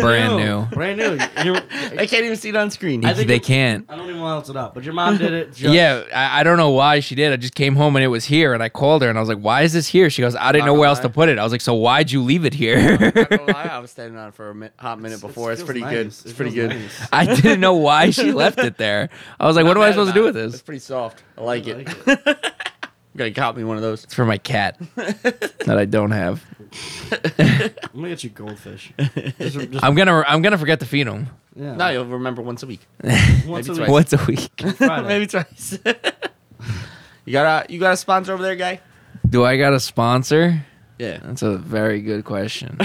E: brand
C: Brand new. Your-
D: I can't even see it on screen.
C: I think
E: they
C: it-
E: can't.
C: I don't even want to it up, but your mom did it. Just,
E: yeah, I, I don't know why she did. I just came home and it was here, and I called her and I was like, "Why is this here?" She goes, "I didn't know
D: Not
E: where
D: gonna
E: else to
D: lie.
E: put it." I was like, "So why'd you leave it here?"
D: Not gonna lie, I was standing on it for a mi- hot minute before. It's,
C: feels
D: pretty
C: nice.
D: good.
C: It
D: It's pretty
C: feels
D: good.
C: nice.
E: I didn't know why she left it there. I was like, "What am I supposed to do with
D: It's
E: this?"
D: pretty soft. I like it.
C: like it.
D: you gotta cop me one of those.
E: It's for my cat that I don't have.
C: I'm gonna get you goldfish. Just, just
E: I'm gonna I'm gonna forget to feed him
C: yeah.
D: No, you'll remember once a week.
C: once
D: maybe
C: a week.
E: once a week.
C: Friday.
D: Maybe twice. you got a you got a sponsor over there, guy?
E: Do I got a sponsor?
D: Yeah.
E: That's a very good question.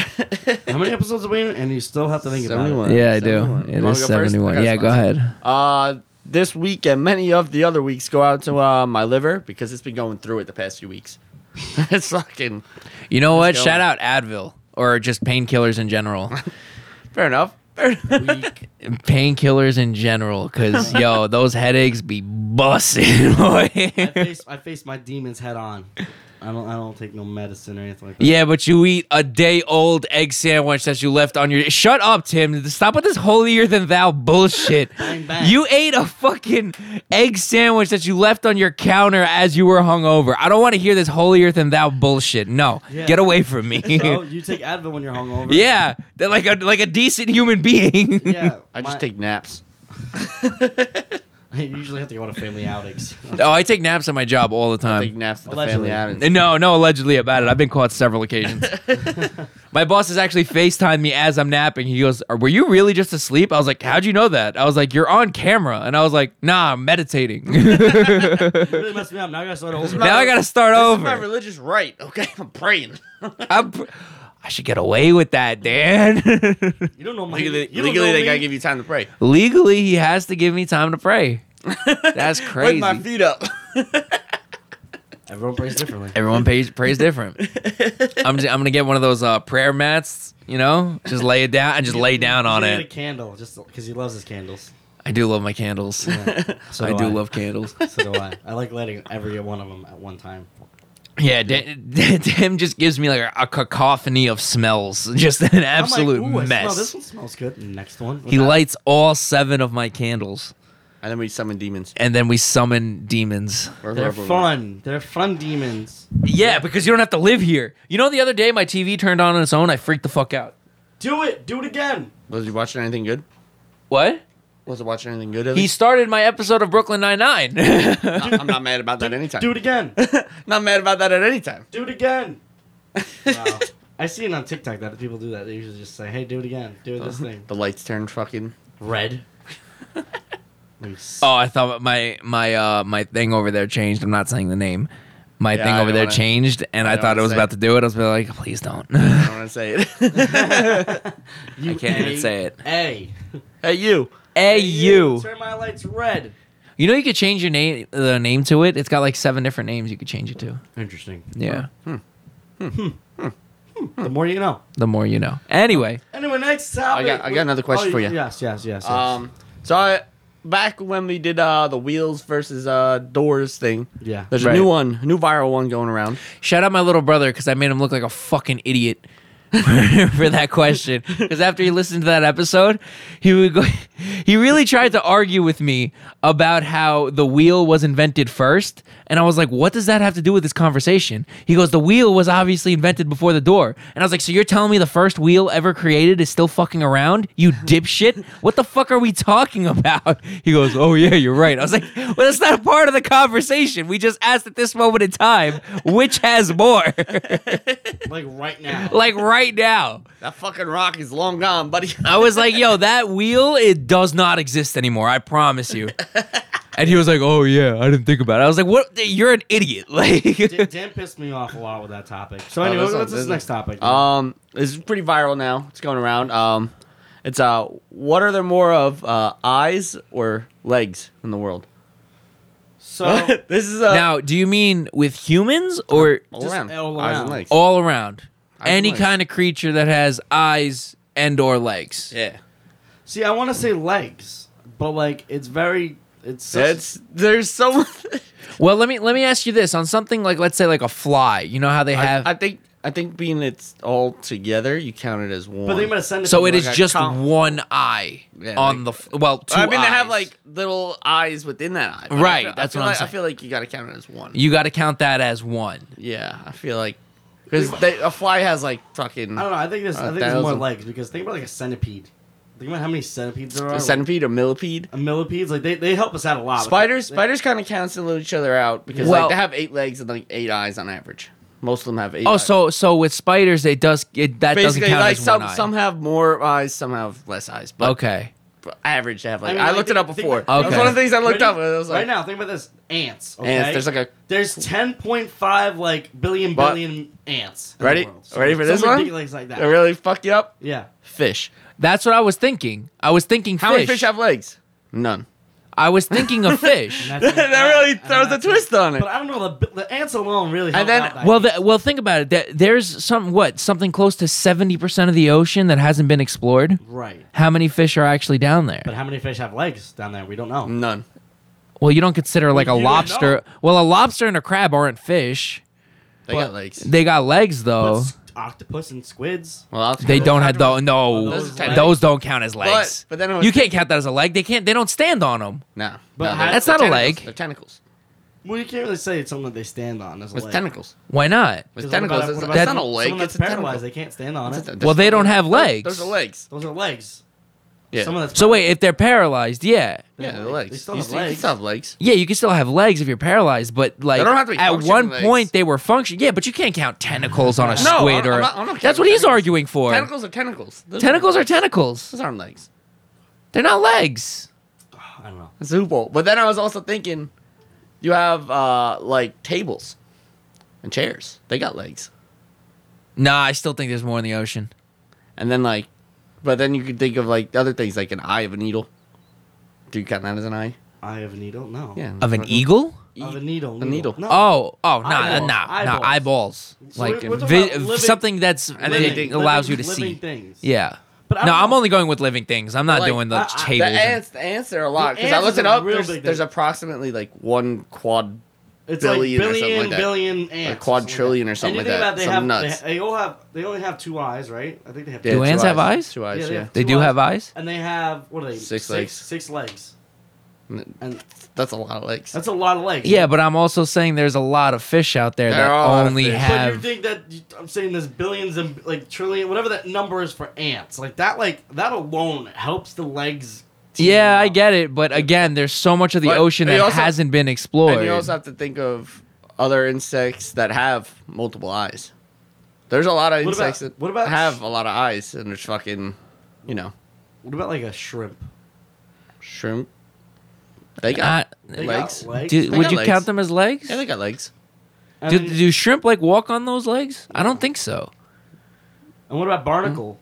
C: How many episodes are we in? And you still have to think about
D: 71.
C: it.
E: Yeah, I do.
D: 71. You
E: It
D: wanna
E: is
D: go first? I
E: 71.
D: got a
E: Yeah, go
D: sponsor.
E: ahead.
D: Uh this week and many of the other weeks go out to uh, my liver because it's been going through it the past few weeks. it's fucking
E: You know what?
D: Let's go.
E: Shout out Advil or just painkillers in general.
D: fair enough. Fair enough.
E: painkillers in general because yo those headaches be busting,
C: I
E: boy.
C: face, I face my demons head on. I don't I don't take no medicine or anything like that.
E: yeah, but you eat a day old egg sandwich that you left on your. Shut up, Tim. Stop with this holier than thou bullshit.
C: Bang, bang.
E: you ate a fucking egg sandwich that you left on your counter as you were hungover. I don't want to hear this holier than thou bullshit. No,
C: Yeah.
E: get away from me.
C: So you take Advil when you're hungover.
E: yeah, they're like a like a decent human being.
C: Yeah.
D: I
C: my-
D: just take naps.
C: I usually have to go to family outings.
E: Oh, I take naps at my job all the
D: I take
E: time.
D: naps at the
C: Allegedly.
D: family outings.
E: No, no, allegedly about it. I've been caught several occasions. my boss has actually FaceTimed me as I'm napping. He goes, "Were you really just asleep?" I was like, "How'd you know that?" I was like, "You're on camera," and I was like, "Nah, I'm meditating."
C: You really messed me up. Now I gotta start over.
E: now I gotta start
D: This is my
E: over.
D: religious right. Okay, I'm praying.
E: I'm pr- I should get away with that, Dan.
C: You don't know me.
D: legally,
C: you don't
D: legally,
C: know
D: they
C: me.
D: gotta give you time to pray.
E: Legally, he has to give me time to pray. That's
D: With
E: crazy.
D: my feet up.
C: Everyone prays differently.
E: Everyone pays prays different. I'm just, I'm gonna get one of those uh, prayer mats. You know, just lay it down and just lay down on
C: He made A
E: it.
C: candle, just because he loves his candles.
E: I do love my candles.
C: So
E: I do love candles.
C: So do I. I like lighting every one of them at one time.
E: Yeah, Dan, Tim just gives me like a, a cacophony of smells, just an absolute
C: I'm like, "Ooh, I smell- This
E: mess.
C: one smells good. Next one.
E: He lights all seven of my candles,
D: And then we summon demons.
E: and then we summon demons.
C: They're fun. They're fun demons.
E: Yeah, because you don't have to live here. You know, the other day my TV turned on on its own. I freaked the fuck out.
C: Do it. Do it again.
D: Was you watching anything good?
E: What?
D: Was I watching anything good?
E: He
D: Ellie?
E: started my episode of Brooklyn Nine Nine.
D: I'm not mad about that anytime.
C: Do it again.
D: Not mad about that at any time.
C: do it again. Wow. I see it on TikTok that people do that. They usually just say, "Hey, do it again. Do this
E: Uh-huh.
C: thing."
D: The lights turned fucking.
C: Red. Like, s-
E: Oh, I thought my my uh my thing over there changed. I'm not saying the name. My
D: Yeah,
E: thing
D: I
E: over
D: don't
E: there
D: wanna-
E: changed, and
D: I
E: I,
D: don't
E: thought it
D: wanna
E: was
D: say.
E: about to do it. I was like, please don't.
D: I don't want to say it.
C: you
E: I can't even say it.
C: A.
D: hey, you.
E: hey you.
C: Turn my lights red.
E: You know you could change your name the name to it. It's got like seven different names you could change it to.
C: Interesting.
E: Yeah.
C: The
E: Hmm.
C: more you know.
E: The more you know. Anyway,
C: Anyway, next topic. Oh,
D: got- I got another question for you.
C: Yes, yes, yes. yes.
D: Um, so I, back when we did uh the wheels versus uh doors thing,
C: yeah.
D: there's
E: Right.
D: a new one, new viral one going around.
E: shout out my little brother because I made him look like a fucking idiot for that question. Because after he listened to that episode, he would go. He really tried to argue with me about how the wheel was invented first, and I was like, "What does that have to do with this conversation?" He goes, "The wheel was obviously invented before the door," and I was like, "So you're telling me the first wheel ever created is still fucking around? You dipshit! What the fuck are we talking about?" He goes, "Oh yeah, you're right." I was like, "Well, that's not a part of the conversation. We just asked at this moment in time which has more."
C: like right now.
E: like right now.
D: That fucking rock is long gone, buddy.
E: I was like, yo, that wheel, it does not exist anymore. I promise you. And he was like, oh, yeah, I didn't think about it. I was like, what? You're an idiot.
C: Dan,
E: Like,
C: Dan pissed me off a lot with that topic. So
D: Oh,
C: anyway,
D: that's not-
C: what's this
D: that's-
C: next topic?
D: Um, this is pretty viral now. It's going around. Um, it's uh, what are there more of, uh, eyes or legs in the world?
C: so
D: this is uh,
E: now, do you mean with humans or
D: all
C: just
D: around.
C: all
D: eyes
C: around.
D: and legs.
E: all around?
D: and
E: Any
D: legs.
E: kind of creature that has eyes and or legs.
D: yeah,
C: see, I want to say legs, but like it's very it's such,
D: that's there's so.
E: Well, let me let me ask you this on something like let's say like a fly. You know how they have
D: I, I think I think being it's all together, you count it as one.
C: But they must send it.
E: so
C: to
E: it
C: me,
E: is
C: like, I
E: just
C: can't-
E: one eye
D: Yeah, like-
E: on the f- well two
D: I mean,
E: eyes.
D: they have like little eyes within that eye. but I
E: Right,
D: feel- I
E: that's
D: feel
E: what I'm
D: like-
E: saying.
D: I feel like you gotta count it as one.
E: you got to count that as one.
D: yeah, I feel like because a fly has like fucking
C: I don't know. I think there's I
D: A
C: think there's more
D: thousand.
C: legs because think about like a centipede. Think about how many centipedes there are.
D: a centipede, a millipede.
C: A millipedes, like they, they help us out a lot.
D: Spiders,
C: They-
D: spiders kind of cancel each other out because
E: Well-
D: like they have eight legs and like eight eyes on average. Most of them have eight.
E: Oh,
D: eyes.
E: so so with spiders, it does it that doesn't
D: basically,
E: count
D: like
E: as
D: some
E: one eye.
D: some have more eyes, some have less eyes. But
E: okay,
D: but average, they have like
C: I
D: I,
C: mean, like,
D: looked it
C: think-
D: up before.
C: think-
D: That's one of the
E: Okay.
D: things I looked
C: Ready?
D: up. And I was like,
C: right now, think about this: ants. Okay?
D: Ants, there's like a-
C: there's 10.5 like billion
D: But-
C: billion ants. in
D: Ready?
C: the world.
D: Ready for
C: Something
D: this one?
C: ridiculous like that.
D: They really fuck you up.
C: yeah.
D: Fish.
E: that's what I was thinking. I was thinking
D: How
E: fish.
D: many fish have legs? None.
E: I was thinking of fish.
C: And that's-
D: that really
C: and
D: throws a
C: that's-
D: twist on it.
C: But I don't know the the ants alone really. help
D: then-
C: out that
E: well, the, well, think about it. That there's some what something close to seventy percent of the ocean that hasn't been explored.
C: right.
E: How many fish are actually down there?
C: But how many fish have legs down there? We don't know.
D: None.
E: Well, you don't consider like a
C: you wouldn't know.
E: lobster. Well, a lobster and a crab aren't fish.
D: They got legs.
E: They got legs
C: But
E: though.
C: s- octopus and squids.
D: Well, I'll
E: They don't have though.
C: Oh,
E: No,
C: those
E: those,
C: legs.
E: don't count as legs.
D: but then it was-
E: you can't count that as a leg. They can't. They don't stand on them.
D: No,
C: But
D: no,
C: how-
D: they're-
E: That's
D: they're
E: not a
D: tentacles.
E: leg.
D: They're tentacles.
C: Well, you can't really say it's something that they stand on as a
D: It's
C: leg.
D: tentacles.
E: Why not?
D: It's
C: 'Cause what about-
D: tentacles.
C: what
D: It's
C: about
D: that's
C: some-
D: not a leg.
C: Someone
D: It's
C: that's
D: a
C: paralyzed,
D: tentacle.
C: they can't stand on
D: It's
C: it.
D: a-
E: Well, they don't have
D: those-
E: legs.
D: Those are legs.
C: Those are legs.
D: Yeah.
C: Someone that's
E: So wait, if they're paralyzed, yeah,
D: yeah,
C: they-
D: they're legs.
C: they still
D: You
C: have
D: see- you
C: legs.
D: still have legs.
E: yeah, you can still have legs if you're paralyzed. But like
D: don't have to be
E: at
D: functioning
E: one
D: legs.
E: point they were functioning. Yeah, but you can't count tentacles on a
D: No,
E: squid
D: I'm-
E: or
D: I'm not- I'm not
E: that's
D: counting
E: what he's
D: tentacles.
E: arguing for.
D: Tentacles are tentacles. Those
E: Tentacles are tentacles.
D: Those aren't legs.
E: They're not legs.
C: I don't know.
D: It's a hoop ball. But then I was also thinking, you have uh like tables and chairs. They got legs.
E: Nah, I still think there's more in the ocean.
D: And then like, but then you could think of like other things like an eye of a needle. Do you count that as an eye?
C: Eye of a needle? No.
D: Yeah.
E: Of an eagle?
C: Of a needle.
D: A needle.
C: No.
E: Oh, oh, nah,
C: Eyeballs.
E: nah,
C: Eyeballs.
E: nah, eyeballs.
C: So
E: like
C: we're- we're talking
E: vi-
C: about living-
E: something that's that
D: living-
E: it allows you to
C: living
E: see.
C: things.
E: Yeah.
C: But I
E: no,
C: don't
E: I'm
C: know.
E: only going with living things. I'm not
D: Like,
E: doing the
C: I- I- the
E: tables.
D: The
E: and-
D: ants, the ants, there are a lot
C: The
D: because I
C: ants
D: looked
C: is
D: it
C: a
D: up.
C: real
D: There's,
C: big
D: there's
C: thing.
D: approximately like one quad.
C: It's
D: billion or
C: like
D: something
C: billion,
D: like that.
C: billion ants.
D: quad
C: something like
D: trillion
C: that.
D: or something
C: And
D: like
C: you think
D: that,
C: About, they,
D: something
C: have,
D: nuts.
C: They, they all have. They only have two eyes, right? I think they have.
D: Yeah,
C: two.
E: Do
D: two
E: ants have eyes?
D: Two eyes,
C: Yeah,
D: yeah.
C: they have
E: They
C: two
E: do have eyes?
C: And they have what are they?
D: Six legs.
C: Six legs.
D: N-
C: And
D: That's a lot of legs.
C: that's a lot of legs.
E: Yeah, but I'm also saying there's a lot of fish out there,
D: There
E: that
D: are a lot of
E: only
D: fish. But
C: But you
E: have.
C: think that I'm saying there's billions and like trillion, whatever that number is for ants, like that, like that alone helps the legs. team
E: Yeah, I
C: up.
E: get it, but again, there's so much of the
D: But
E: ocean
D: you
E: that
D: also-
E: hasn't been explored.
D: And you also have to think of other insects that have multiple eyes. There's a lot of
C: What about-
D: insects that
C: what about-
D: have a lot of eyes, and there's fucking, you know,
C: What about like a shrimp?
D: shrimp. They
E: Uh,
D: got
C: They
D: legs.
C: got legs.
E: do-
D: They
E: would
D: got
E: you
D: legs.
E: count them as legs?
D: yeah, they got legs.
C: and,
E: do,
C: then-
E: do shrimp like walk on those legs? I don't think so.
C: and what about barnacle?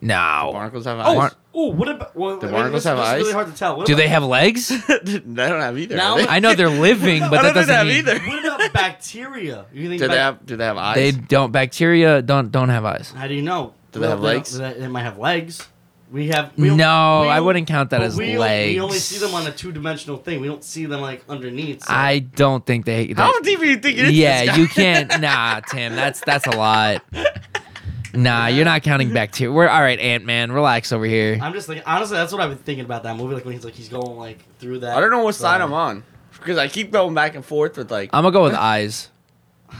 E: No.
D: Barnacles have
E: Oh,
D: eyes.
C: Oh, what about? Well,
D: Hmm? Do
C: I mean,
D: barnacles
C: this,
D: have
C: this is Really
D: eyes?
C: hard to tell. What
E: Do
C: about,
E: they have legs?
D: they don't have either.
C: Now-
D: do they?
E: I know they're living, but
D: I don't
E: that
D: think
E: doesn't
D: they have
E: mean
D: either.
C: What about bacteria? You think
D: Do
C: bac-
D: they have? Do they have eyes?
E: they don't. Bacteria don't don't have eyes.
C: How do you know?
D: Do they
C: Well,
D: have
C: don't-
D: legs?
C: They, they might have legs. We have. we don't-
E: No,
C: we
E: I
C: don't-
E: wouldn't count that
C: but
E: as
C: we
E: legs.
C: only- we only see them on a two-dimensional thing. We don't see them like underneath. so-
E: I don't think they. they
D: How deep are you thinking? into this
E: yeah,
D: guy?
E: you can't. Nah, Tim, that's that's a lot. Nah, you're not counting bacteria. We're all right, Ant Man. Relax over here.
C: I'm just thinking. Honestly, that's what I've been thinking about that movie. Like when he's like he's going like through that.
D: I don't know what side
C: uh,
D: I'm on because I keep going back and forth with like.
E: I'm gonna go with eyes.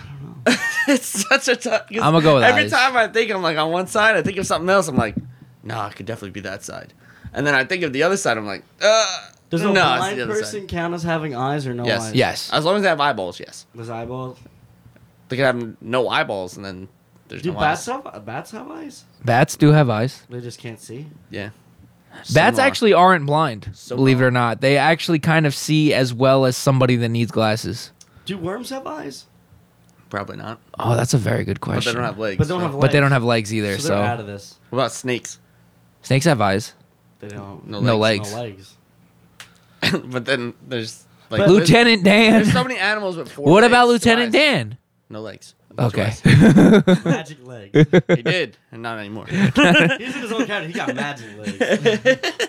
D: it's such a tough.
E: I'ma go with
D: every
E: eyes.
D: time I think I'm like on one side, I think of something else. I'm like, nah, it could definitely be that side. And then I think of the other side. I'm like, uh,
C: Does
D: no,
C: a
D: it's
C: blind
D: the other
C: person
D: side.
C: count as having eyes or no
D: Yes.
C: eyes?
E: Yes.
D: As long as they have eyeballs, yes.
C: With eyeballs.
D: They could have no eyeballs, and then there's
C: Do
D: no
C: bats
D: eyes.
C: have bats have eyes?
E: Bats do have eyes.
C: They just can't see.
D: Yeah.
E: Bats
D: Some are.
E: actually aren't blind,
D: Some
E: believe it
D: are.
E: or not. They actually kind of see as well as somebody that needs glasses.
C: Do worms have eyes?
D: probably not,
E: Oh, that's a very good
D: but they
E: question.
D: don't have legs.
C: But they don't
D: so-
C: have legs.
E: But they don't have legs either,
C: so
E: so,
C: they're out of this.
D: What about snakes?
E: snakes have eyes.
C: They don't.
D: No
E: No
D: legs.
E: legs.
C: No legs.
D: but then there's like
C: But-
D: there's,
E: Lieutenant Dan.
D: there's so many animals with four.
E: What
D: legs,
E: about
D: two
E: Lieutenant
D: eyes.
E: Dan?
D: No legs.
E: Okay.
D: Two eyes.
C: Magic legs.
D: he did, and not anymore.
C: He's in his own character. He got magic legs.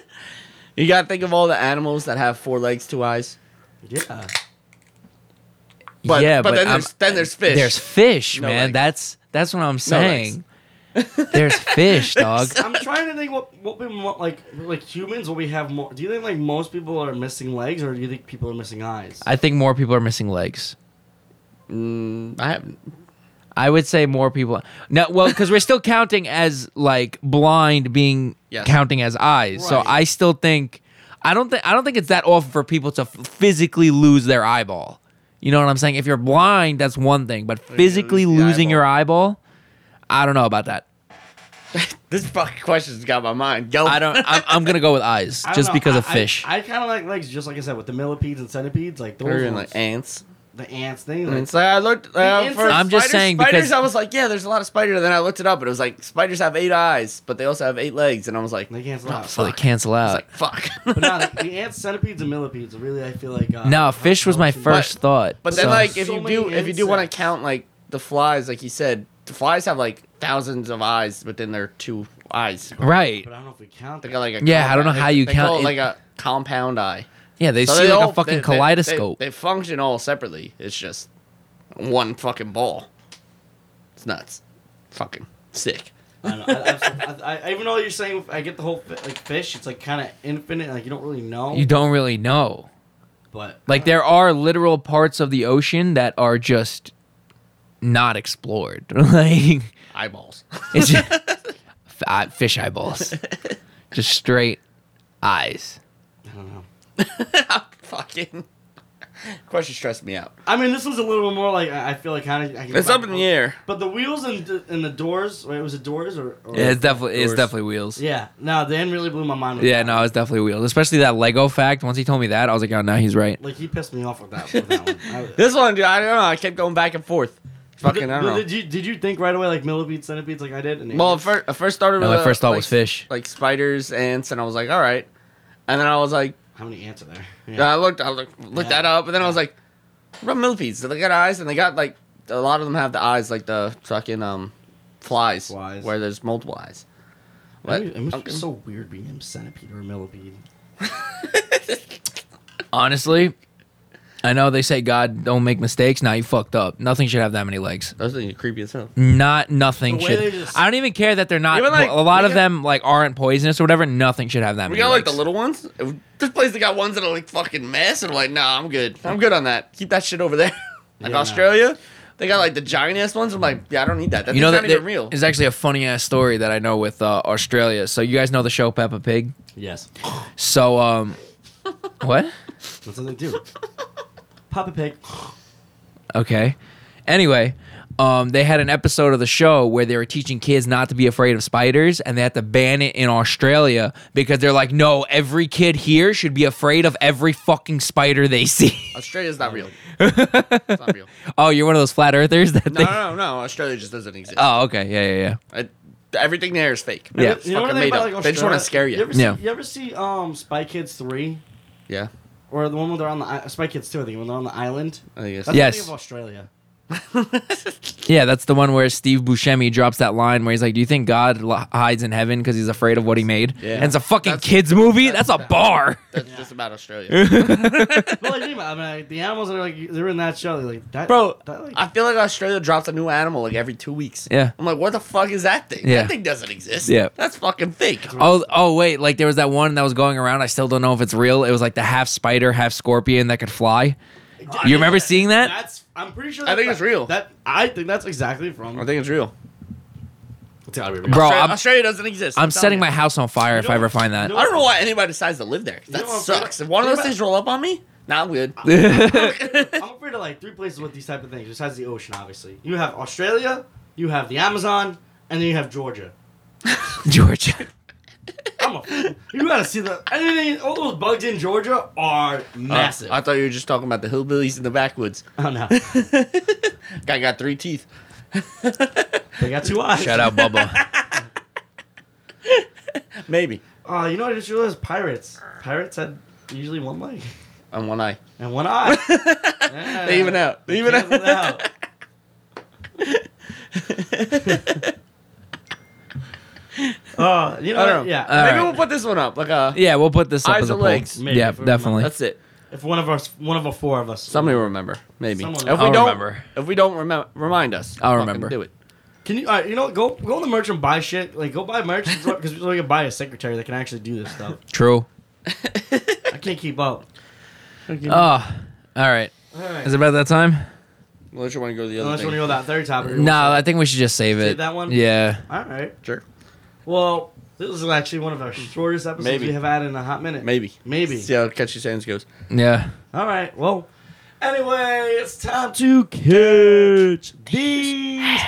D: You gotta think of all the animals that have four legs, two eyes.
C: Yeah.
D: But,
E: yeah,
D: but, then,
E: I'm-
D: there's, then there's fish.
E: There's fish,
D: No
E: man.
D: legs.
E: That's that's what I'm
D: legs.
E: saying. There's fish, dog.
C: I'm trying to think what what we want, like like humans. What we have more? Do you think like most people are missing legs, or do you think people are missing eyes?
E: I think more people are missing legs.
D: Mm, I haven't.
E: I would say more people. No, well, because we're still counting as like blind being
D: Yes.
E: counting as eyes. So
C: Right.
E: I still think I don't think I don't think it's that awful for people to f- physically lose their eyeball. You know what I'm saying? If you're blind, that's one thing, but
D: you
E: physically
D: lose the
E: losing your eyeball, I don't know about that.
D: This fucking question's got my mind. Go.
E: I don't. I'm, I'm gonna go with eyes
C: I don't
E: just
C: know.
E: because
C: I-
E: of fish.
C: I, I kind of like legs, just like I said, with the millipedes and centipedes, like those
D: Or even
C: ones,
D: like ants.
C: the ants thing.
D: And
C: Like,
D: it's like I looked. Uh,
C: insects-
D: for
E: I'm just
D: spiders-
E: saying because-
D: spiders. I was like, yeah, there's a lot of spiders. And then I looked it up, and it was like spiders have eight eyes, but they also have eight legs. And I was like,
C: they cancel
D: oh,
C: out.
E: so they
D: fuck.
E: cancel
D: I was
E: out.
D: like, fuck.
C: but no, the, the ants, centipedes, and millipedes. Really, I feel like uh,
E: No, fish was my first thought.
D: But then,
E: so-
D: like, if
C: So
D: you
C: many
D: do, if you do want to
C: insects.
D: count like the flies, like you said, the flies have like thousands of eyes within their two eyes.
E: right,
C: But I don't know if we count.
D: They
C: that.
D: got like a
E: Yeah, I don't know
D: compound-
E: how
D: they-
E: you
D: they
E: count
D: call it
E: it-
D: like a compound eye.
E: Yeah, they
D: So
E: see
D: they
E: like
D: all-
E: a fucking
D: they- they-
E: kaleidoscope.
D: They, they function all separately. It's just one fucking ball. It's nuts. Fucking sick.
C: I, don't know, I, I've- I, I even though you're saying I get the whole fi- like fish, it's like kind of infinite. Like you don't really know.
E: you don't really know.
C: but
E: Like there are literal parts of the ocean that are just not explored. like
D: Eyeballs.
E: it's just, f- eye- fish eyeballs, just straight eyes.
C: I don't know.
D: fucking question stressed me out.
C: I mean, this was a little more like I I feel like kind of.
D: It's up in the air.
C: But the wheels and the, and the doors. Wait, was it doors or? or
E: Yeah, it's definitely it's
D: Doors.
E: definitely wheels.
C: Yeah. No, Dan really blew my mind. With
E: Yeah,
C: that.
E: no, it's definitely wheels. Especially that Lego fact. Once he told me that, I was like, oh, no, he's right.
C: Like he pissed me off with that, with that one. I,
D: This one, dude, I don't know. I kept going back and forth. Fucking,
C: did,
D: I don't know.
C: Did you did you think right away like millipedes, centipedes, like I did? And
D: Well, at first, I first started
E: No,
D: with
E: my first
D: uh,
E: thought
D: like,
E: was fish.
D: like spiders, ants, and I was like, all right. And then I was like,
C: how many ants are there?
D: And
E: Uh,
D: I looked, I looked, looked
C: Yeah.
D: that up, and then I was like, "What about millipedes? They got eyes, and they got like a lot of them have the eyes like the fucking um flies,
C: Flies.
D: where there's multiple eyes." What?
C: What? It must be
D: Okay.
C: so weird being named centipede or millipede.
E: Honestly, I know they say God don't make mistakes. Now you fucked up. Nothing should have that many legs.
D: Those things are creepy as hell.
E: Not nothing
C: The way
E: should.
C: they just-
E: I don't even care that they're not.
D: Even, like,
E: a lot
D: we
E: of
D: got-
E: them like aren't poisonous or whatever. Nothing should have that
D: We
E: many.
D: got like
E: legs.
D: the little ones. If- This place they got ones that are like fucking mess, and I'm like, nah, I'm good. I'm good on that. Keep that shit over there. like
C: Yeah, nah.
D: Australia, they got like the giant ass ones. I'm like, yeah, I don't need that. That's
E: you know
D: not
E: that
D: even
E: that
D: real.
E: is actually a funny ass story that I know with uh, Australia. So you guys know the show Peppa Pig.
C: Yes.
E: So um, what?
C: That's what they do. Papa Pig.
E: Okay. Anyway, um, they had an episode of the show where they were teaching kids not to be afraid of spiders, and they had to ban it in Australia because they're like, no, every kid here should be afraid of every fucking spider they see.
D: Australia's not real. it's not real.
E: oh, you're one of those flat earthers that
D: No,
E: think.
D: no, no, no. Australia just doesn't exist.
E: Oh, okay. Yeah, yeah, yeah.
D: I- everything there is fake.
E: Yeah.
D: It's fucking made up. they just want to scare
C: You ever
E: Yeah.
C: see, you ever see um, Spy Kids 3?
D: yeah.
C: Or the one where they're on the I- Spy Kids 2, I think, when they're on the island?
D: I guess.
C: That's
E: Yes.
C: the thing of Australia.
E: Yeah, that's the one where Steve Buscemi drops that line where he's like, "Do you think God li- hides in heaven because he's afraid of what he made?"
D: Yeah.
E: And it's a fucking
D: That's-
E: kids movie. That's, a bar.
D: That's just about Australia.
C: well, like, think about it, I mean, like, the animals that are like, they're in that show. They're like, that,
D: Bro,
C: that, like,
D: I feel like Australia drops a new animal like every two weeks.
E: Yeah.
D: I'm like, what the fuck is that thing?
E: Yeah.
D: That thing doesn't exist.
E: Yeah.
D: That's fucking fake.
E: Oh, oh wait, like there was that one that was going around. I still don't know if it's real. It was like the half spider, half scorpion that could fly. You remember seeing that?
C: That's, I'm pretty sure
D: I think
C: that-
D: it's real.
C: That I think that's exactly from.
D: I think it's real.
C: it's gotta be real.
E: Bro,
D: Australia,
E: I'm,
D: Australia doesn't exist.
E: I'm
D: telling
E: setting
D: you.
E: my house on fire if I
C: know-
E: ever find that.
C: you
D: I don't know why anybody decides to live there. That
C: know what I'm saying?
D: sucks. If one of
C: Think
D: those
C: about-
D: things roll up on me, nah, I'm good. Uh,
C: I'm afraid of like three places with these type of things besides the ocean. Obviously, you have Australia, you have the Amazon, and then you have Georgia.
E: Georgia.
C: I'm a fool. You gotta see the anything. All those bugs in Georgia are massive.
D: Uh, I thought you were just talking about the hillbillies in the backwoods.
C: oh no,
D: Guy got three teeth.
C: they got two eyes.
E: Shout out Bubba.
D: Maybe.
C: Uh, you know what I just realized? Pirates. Pirates had usually one leg
D: On one eye.
C: and one eye.
D: They even out. They even out.
C: Cancel it out. Oh, you know,
D: I
C: what?
D: don't know.
C: yeah.
E: All
D: Maybe
E: right.
D: we'll put this one up. Like uh
E: Yeah, we'll put this up
D: Eyes
E: as a
D: and
E: poll.
D: legs.
C: Maybe
E: Yeah,
C: for-
E: definitely.
D: That's it.
C: If one of us, one of the four of us,
D: Somebody will remember. Maybe.
C: Someone
D: if we
C: will.
E: I'll
D: don't
E: remember.
D: if we don't remember remind us.
E: I'll
D: fucking
E: remember.
D: Do it.
C: Can you, uh, you know, go go on the merch and buy shit. Like, go buy merch because we can buy a secretary that can actually do this stuff.
E: True.
C: I can't keep up.
E: Oh, all right.
C: All right.
E: Is it about that time?
D: Unless you want to go to the other
C: Unless you
D: thing.
C: want to go to that third topic.
E: No, I think we should just save it.
C: that one?
E: Yeah.
C: All right.
D: Sure.
C: Well, this is actually one of our shortest episodes
D: Maybe.
C: we have had in a hot minute.
D: Maybe.
C: Maybe.
D: See how Catchy Sands goes.
E: Yeah.
C: All right. Well, anyway, it's time to catch these.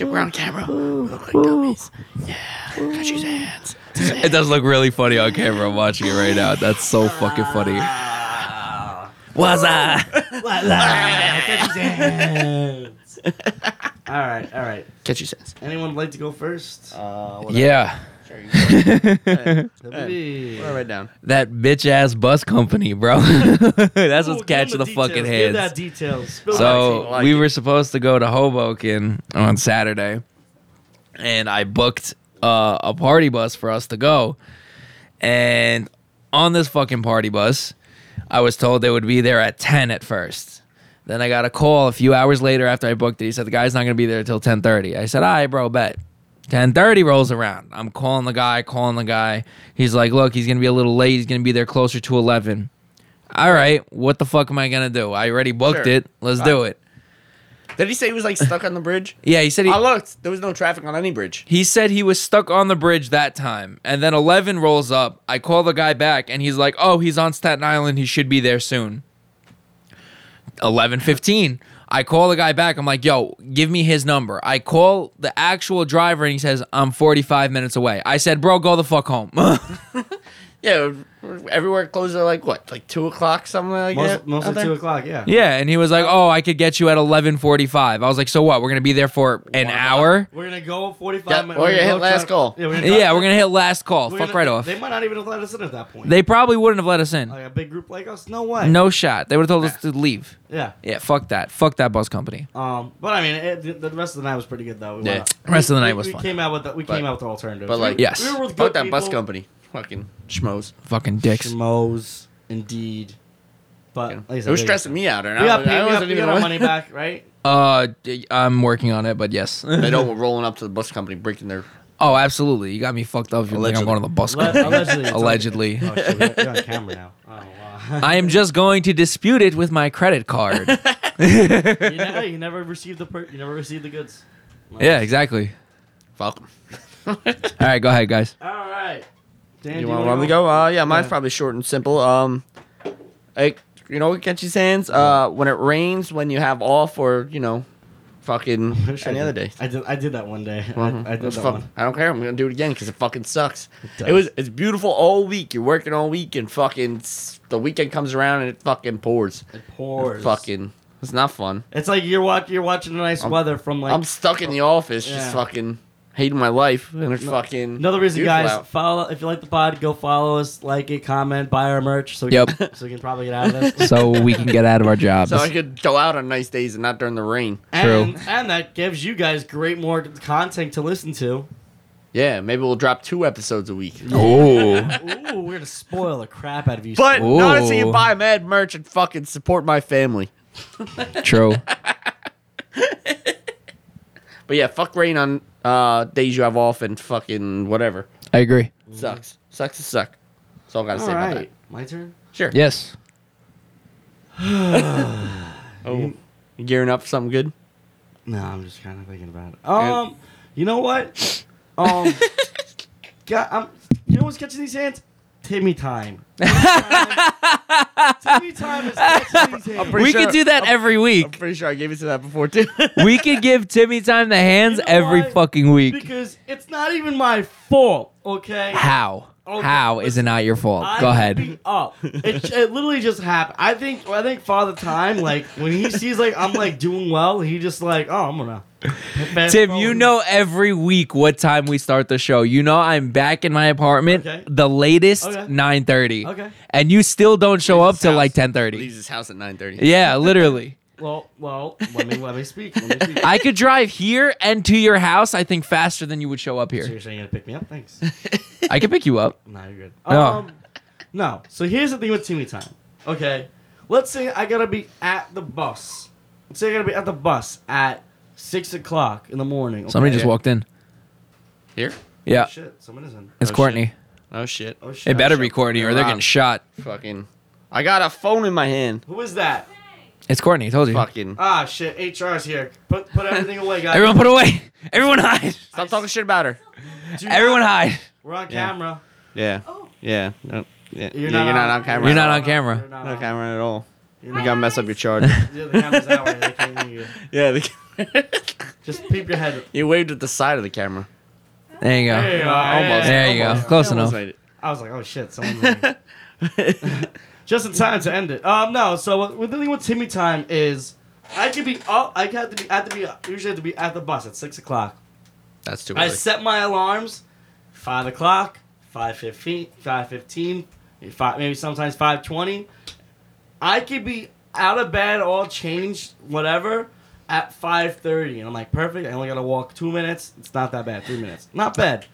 D: We're on camera. Yeah. Catchy Sands.
E: It does look really funny on camera. I'm watching it right now. That's so fucking funny. Waza.
C: All right. All right.
D: Catchy Sands.
C: Anyone like to go first?
D: Uh,
E: Yeah.
C: Maybe.
D: right down.
E: That bitch ass bus company, bro. That's
C: Ooh,
E: what's
C: give
E: catching the,
C: them
E: fucking
C: details. Give that
E: heads.
C: details. Spill
E: So
D: I like
E: we
D: it.
E: were supposed to go to Hoboken on Saturday, and I booked uh, a party bus for us to go. And on this fucking party bus, I was told they would be there at 10 at first. Then I got a call a few hours later after I booked it. He said the guy's not going to be there until 10:30. I said, "All right, bro, bet." 10:30 rolls around. I'm calling the guy, calling the guy. He's like, "Look, he's going to be a little late. He's going to be there closer to 11." All right, what the fuck am I going to do? I already booked
D: Sure.
E: it. Let's do it.
D: Did he say he was like stuck on the bridge?
E: Yeah, he said he
D: I looked. There was no traffic on any bridge.
E: He said he was stuck on the bridge that time. And then 11 rolls up. I call the guy back and he's like, "Oh, he's on Staten Island. He should be there soon." 11:15. I call the guy back. I'm like, "Yo, give me his number." I call the actual driver and he says, "I'm 45 minutes away." I said, "Bro, go the fuck home."
D: Yeah, everywhere closes at like what, like two o'clock, something like
C: Most,
D: that. out
C: mostly
D: there?
C: two o'clock. Yeah.
E: yeah, and he was like, "Oh, I could get you at 11:45." I was like, "So what? We're going to be there for an hour?"
C: We're gonna go forty-five
D: Yeah,
C: minutes.
D: we're gonna hit last call.
C: Yeah, we're gonna,
E: Yeah, we're going to hit last call.
C: we're
E: Fuck
C: gonna-
E: right off.
C: They might Oh, not even have let us in at that point.
E: They probably wouldn't have let us in.
C: like a big group like us, no way.
E: No shot. They would have told us to leave.
C: Yeah.
E: Yeah, fuck that. Fuck that bus company.
C: Um. But I mean, it, the- the rest of the night was pretty good though. We
D: Yeah.
C: went out-
E: Rest of the
C: we-
E: night was
C: we
E: fun.
C: came out with the, we came out with the alternatives.
D: But like,
E: Yeah. Yes.
C: we were with
D: fuck
C: good
D: that bus
C: people.
D: company, fucking schmoes.
E: Fucking dicks.
C: Schmoes, indeed. But like I
D: It
C: said,
D: was
C: they-
D: stressing me out, and
C: We
D: I,
C: got
D: was-
C: paid.
D: I
C: We got,
D: wasn't
C: we
D: even.
C: got our money back, right?
E: Uh, d- I'm working on it, but yes.
D: They don't were rolling up to the bus company, breaking their.
E: oh, absolutely. You got me fucked up. You think
D: Allegedly.
E: I'm going to the bus
C: Le-
E: company?
C: allegedly.
E: Allegedly.
C: Oh, shit, we're- we're on camera now. Oh, wow.
E: I am just going to dispute it with my credit card.
C: you, never, you never received the per- you never received the goods.
E: yeah, exactly.
D: Fuck.
E: All right, go ahead, guys.
C: All right. Dan,
D: You
C: do
D: want
C: wanna
D: one to go? Uh, yeah, mine's
C: Yeah.
D: probably short and simple. Um, like you know what catches hands? Uh, when it rains, when you have off, or you know, fucking
C: I wish I
D: any
C: did-
D: other day.
C: I did. I did that one day.
D: Mhm.
C: I, I did
D: It's
C: that
D: fuck-
C: one.
D: I don't care. I'm gonna do it again because it fucking sucks.
C: does.
D: It was it's beautiful all week. You're working all week and fucking s- the weekend comes around and it fucking pours.
C: It pours.
D: Fucking, it's not fun.
C: It's like you're watch, You're watching the nice
D: I'm-
C: weather from like. oh,
D: I'm stuck in the office,
C: Yeah.
D: just fucking hating my life, and it's fucking
C: Another reason,
D: beautiful
C: guys,
D: out.
C: follow if you like the pod, go follow us, like it, comment, buy our merch, so we
E: Yep.
C: can, so we can probably get out of this.
E: So we can get out of our jobs.
D: So I could go out on nice days and not during the rain.
C: and, and that gives you guys great more content to listen to.
D: Yeah, maybe we'll drop two episodes a week.
E: oh,
C: Ooh, we're gonna spoil the crap out of you.
D: But
E: Ooh.
D: not until you buy Mad merch and fucking support my family.
E: true.
D: But yeah, fuck rain on uh, days you have off and fucking whatever.
E: I agree.
D: Sucks. Sucks to suck. That's all I gotta
C: all
D: say about
C: right,
D: that.
C: my turn.
D: Sure.
E: Yes.
D: Oh, you gearing up for something good?
C: No, I'm just kind of thinking about it. Um, you know what? Um, God, I'm, you know what's catching these hands? Timmy time. Timmy time is catching these hands.
D: Pretty
E: we
D: sure-
E: could do that every
D: I'm
E: week.
D: pretty sure I gave you to that before too.
E: we could give Timmy time the hands
C: You know
E: every
C: why?
E: fucking week.
C: Because it's not even my fault, okay?
E: How?
C: Okay,
E: How is it not your fault?
C: I
E: Go ahead.
C: beat up. It, it literally just happened. I think I think Father Time, like when he sees like I'm like doing well, he just like oh I'm gonna. fast
E: Tim,
C: forward.
E: you know every week what time we start the show. You know I'm back in my apartment
C: Okay.
E: the latest
C: Okay.
E: 9:30.
C: Okay.
E: And you still don't show up till
D: house.
E: like 10:30.
D: Leaves his house at 9:30.
E: Yeah, literally.
C: Well, well, let me let me speak. Let me speak.
E: I could drive here and to your house I think faster than you would show up
C: So
E: here.
C: you're saying you're gonna pick me up? Thanks.
E: I could pick you up.
C: No, you're good.
E: No.
C: Um, no. So here's the thing with Timmy time. Okay. Let's say I gotta be at the bus. Let's say I gotta be at the bus at six o'clock in the morning. okay? Oh,
E: Somebody just walked in.
D: Here?
E: Yeah.
C: Shit, someone is in.
E: It's
D: Oh,
E: Courtney.
D: Oh shit.
C: Oh shit.
E: It better be Courtney or they're
D: Wrong.
E: getting shot.
D: Fucking. I got a phone in my hand.
C: Who is that?
E: It's Courtney, I told you.
D: Fucking.
C: Ah shit, HR's here. Put put everything away, guys.
E: Everyone put away. Everyone hide.
D: Stop talking shit about her.
E: Oh.
C: Do not-
E: Everyone hide.
C: We're on
D: Yeah.
C: camera.
D: Yeah. Yeah. No. Yeah.
C: You're
D: Yeah,
C: not
D: you're not
C: on-
D: on camera.
E: You're not on camera.
C: You're not
B: Um,
D: No
C: on
D: camera at all. You
C: not-
D: gotta mess up your charger.
C: Yeah, the camera's that way. They can't hear you.
D: yeah. The,
C: Just peep your head.
D: you waved at the side of the camera.
E: There you
C: There you
E: go.
C: go.
D: Almost.
E: There you go.
C: Almost.
E: Close
D: Almost
E: enough.
D: made it.
C: I was like, oh shit, someone's in. Just in time to end it. Um, no. So what- what the thing with Timmy time is, I could be up. I have to be. I have to be. Usually have to be at the bus at six o'clock.
D: That's too
C: I
D: early.
C: set my alarms, five o'clock, five fifteen, five fifteen, five maybe sometimes five twenty. I could be out of bed, all changed, whatever, at 5.30 and i'm like perfect i only gotta walk two minutes it's not that bad three minutes not bad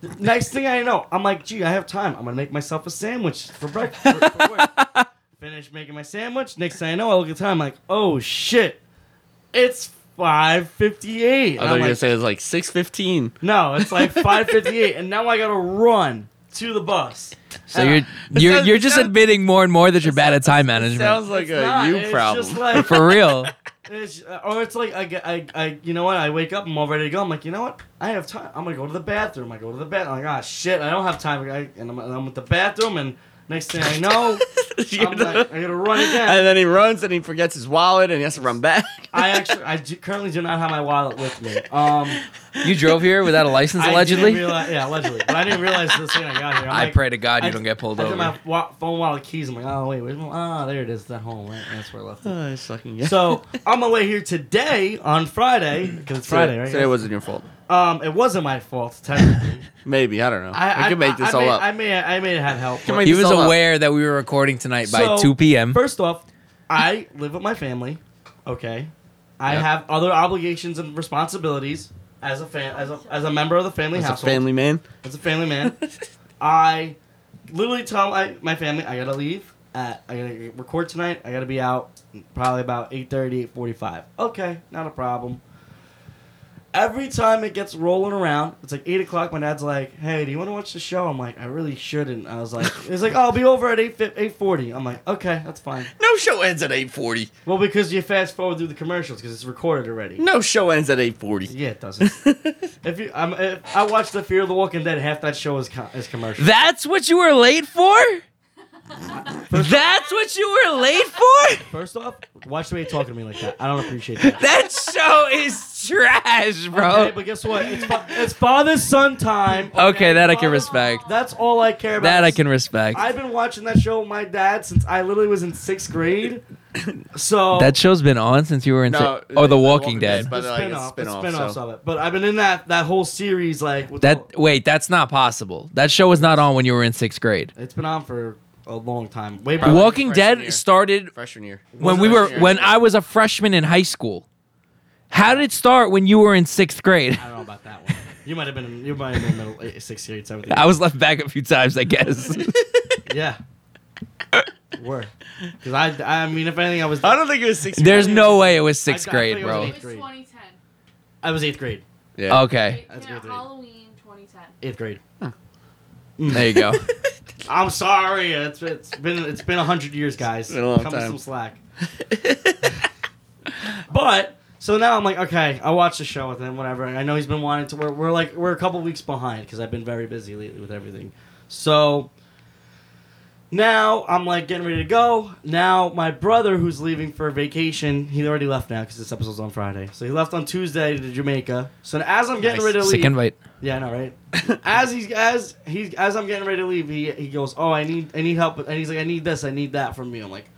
C: The next thing i know i'm like gee i have time i'm gonna make myself a sandwich for breakfast for, for work. finish making my sandwich next thing i know i look at the time like oh shit it's 5.58
B: I thought you were gonna say it was like six fifteen.
C: no it's like 5.58 and now i gotta run to the bus
E: So you're you're
B: sounds-
E: you're
B: it
E: just
B: sounds-
E: admitting more and more that you're bad at time management.
B: Sounds like a
C: Nah,
B: you
C: it's
B: problem.
C: just like-
E: For real.
C: It's, or it's like I, get- I, I, you know what? I wake up, I'm all ready to go. I'm like, you know what? I have time. I'm gonna go to the bathroom. I go to the bathroom. I'm like, ah, shit, I don't have time. I, and I'm, I'm at the bathroom, and next thing I know,
B: You're
C: I'm
B: the-
C: like, I gotta run again.
B: and then he runs and he forgets his wallet and he has to run back.
C: I actually, I do- currently do not have my wallet with me. Um,
E: You drove here without a license
C: I
E: allegedly?
C: didn't realize, yeah, allegedly. But I didn't realize this thing I got here. I'm
E: I
C: like,
E: pray to God you
C: I-
E: don't get pulled
C: I took
E: over.
C: my wa- phone, wallet, keys. I'm like, oh wait, where's my? Ah, there it is. That home. Right? That's where I left it.
B: oh, it's fucking yeah.
C: So I'm on my way here today on Friday because it's Friday, right?
B: Today wasn't your fault.
C: Um, it wasn't my fault technically.
B: Maybe I don't know.
C: I,
B: I, could make this all
C: may,
B: up.
C: I may, I may have help.
B: Can
C: but-
B: we-
E: he was
B: It's all up.
E: aware that we were recording tonight by
C: So,
E: 2 p.m.
C: First off, I live with my family. Okay, I
B: Yep.
C: have other obligations and responsibilities as a fan, as a, as a member of the family
B: As a
C: household.
B: family man.
C: As a family man, I literally tell my, my family I gotta leave. At, I gotta record tonight. I gotta be out probably about 8.30, 8.45. Okay, not a problem. Every time it gets rolling around, it's like 8 o'clock. My dad's like, hey, do you want to watch the show? I'm like, I really shouldn't. I was like, he's like, I'll be over at 8, 8.40. I'm like, okay, that's fine.
B: No show ends at eight forty.
C: Well, because you fast forward through the commercials because it's recorded
D: Mm.
C: already.
B: No show ends at eight forty.
C: Yeah, it doesn't. if you, I'm, if I watched The Fear of the Walking Dead. Half that show is co- is commercial.
E: That's what you were late for? That's what you were late for?
C: First off, watch the way you're talking to me like that. I don't appreciate that.
E: That show is trash, bro.
C: Okay, but guess what? It's, fa- it's father son time.
E: Okay, that I can respect.
C: That's all I care about.
E: Oh. That I can respect.
C: I've been watching that show with my dad since I literally was in sixth grade. So
E: That show's been on since you were in.
B: No,
E: si- oh, The
B: The
E: Walking
B: Walking
E: Dead.
B: Dead's been-
C: the
B: like, it's
C: spin-off, the
B: spin-off,
C: spin-offs
B: so-
C: of it. But I've been in that that whole series like with the-
E: That wait, that's not possible. That show was not on when you were in sixth grade.
C: it's been on for a long time. Way
E: The
C: back.
B: Probably
E: Walking
B: freshman
E: Dead
B: year.
E: started
B: Freshman year.
E: when we were when I was a freshman in high school. How did it start when you were in sixth grade?
C: I don't know about that one. You might have been in, you might have been in middle eh, sixth grade, seventh. Grade.
E: I was left back a few times, I guess.
C: Yeah. Were. Because I, I mean, if anything, I was.
B: I don't think it was six.
E: There's no way it was sixth
C: I- I
E: grade,
C: think it was
E: bro.
C: eighth
F: It's
C: grade.
F: 2010.
C: I was eighth grade.
E: Oh,
B: Yeah.
E: Okay,
F: It
C: That's
F: came out
C: good.
F: Halloween 2010.
C: Eighth grade.
E: there you go.
C: I'm sorry. It's it's been it's been a hundred years, guys.
B: Been a long
C: Come
B: time.
C: with some slack. but so now I'm like, okay, I watched the show with him, whatever. I know he's been wanting to. We're, we're like we're a couple weeks behind because I've been very busy lately with everything. So now I'm like getting ready to go. Now my brother, who's leaving for vacation, he already left now because this episode's on Friday. So he left on Tuesday to Jamaica. So as I'm getting ready to
E: Sick
C: leave,
E: invite.
C: yeah, I know, right? as he's as he's as I'm getting ready to leave, he he goes, "Oh, I need I need help," with-" and he's like, "I need this, I need that from you." I'm like,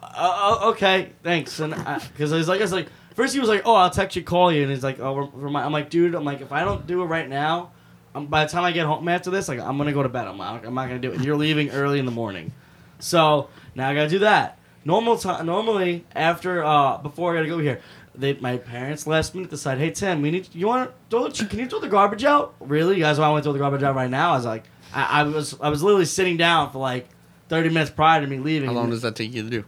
C: uh, uh, "Okay, thanks." And because he's like, "I was like." First he was like, "Oh, I'll text you, call you," and he's like, "Oh, rem- remind." I'm like, "Dude, I'm like, if I don't do it right now, um, by the time I get home after this, like, I'm gonna go to bed. I'm not, I'm not gonna do it. You're leaving early in the morning, so now I gotta do that. Normal time, normally after, uh, before I gotta go here, they, my parents last minute decide, hey Tim, we need you want to can you throw the garbage out? Really, you guys want to throw the garbage out right now? I was like, I, I was I was literally sitting down for like. 30 minutes prior to me leaving.
B: How
C: and-
B: long does that take you to do?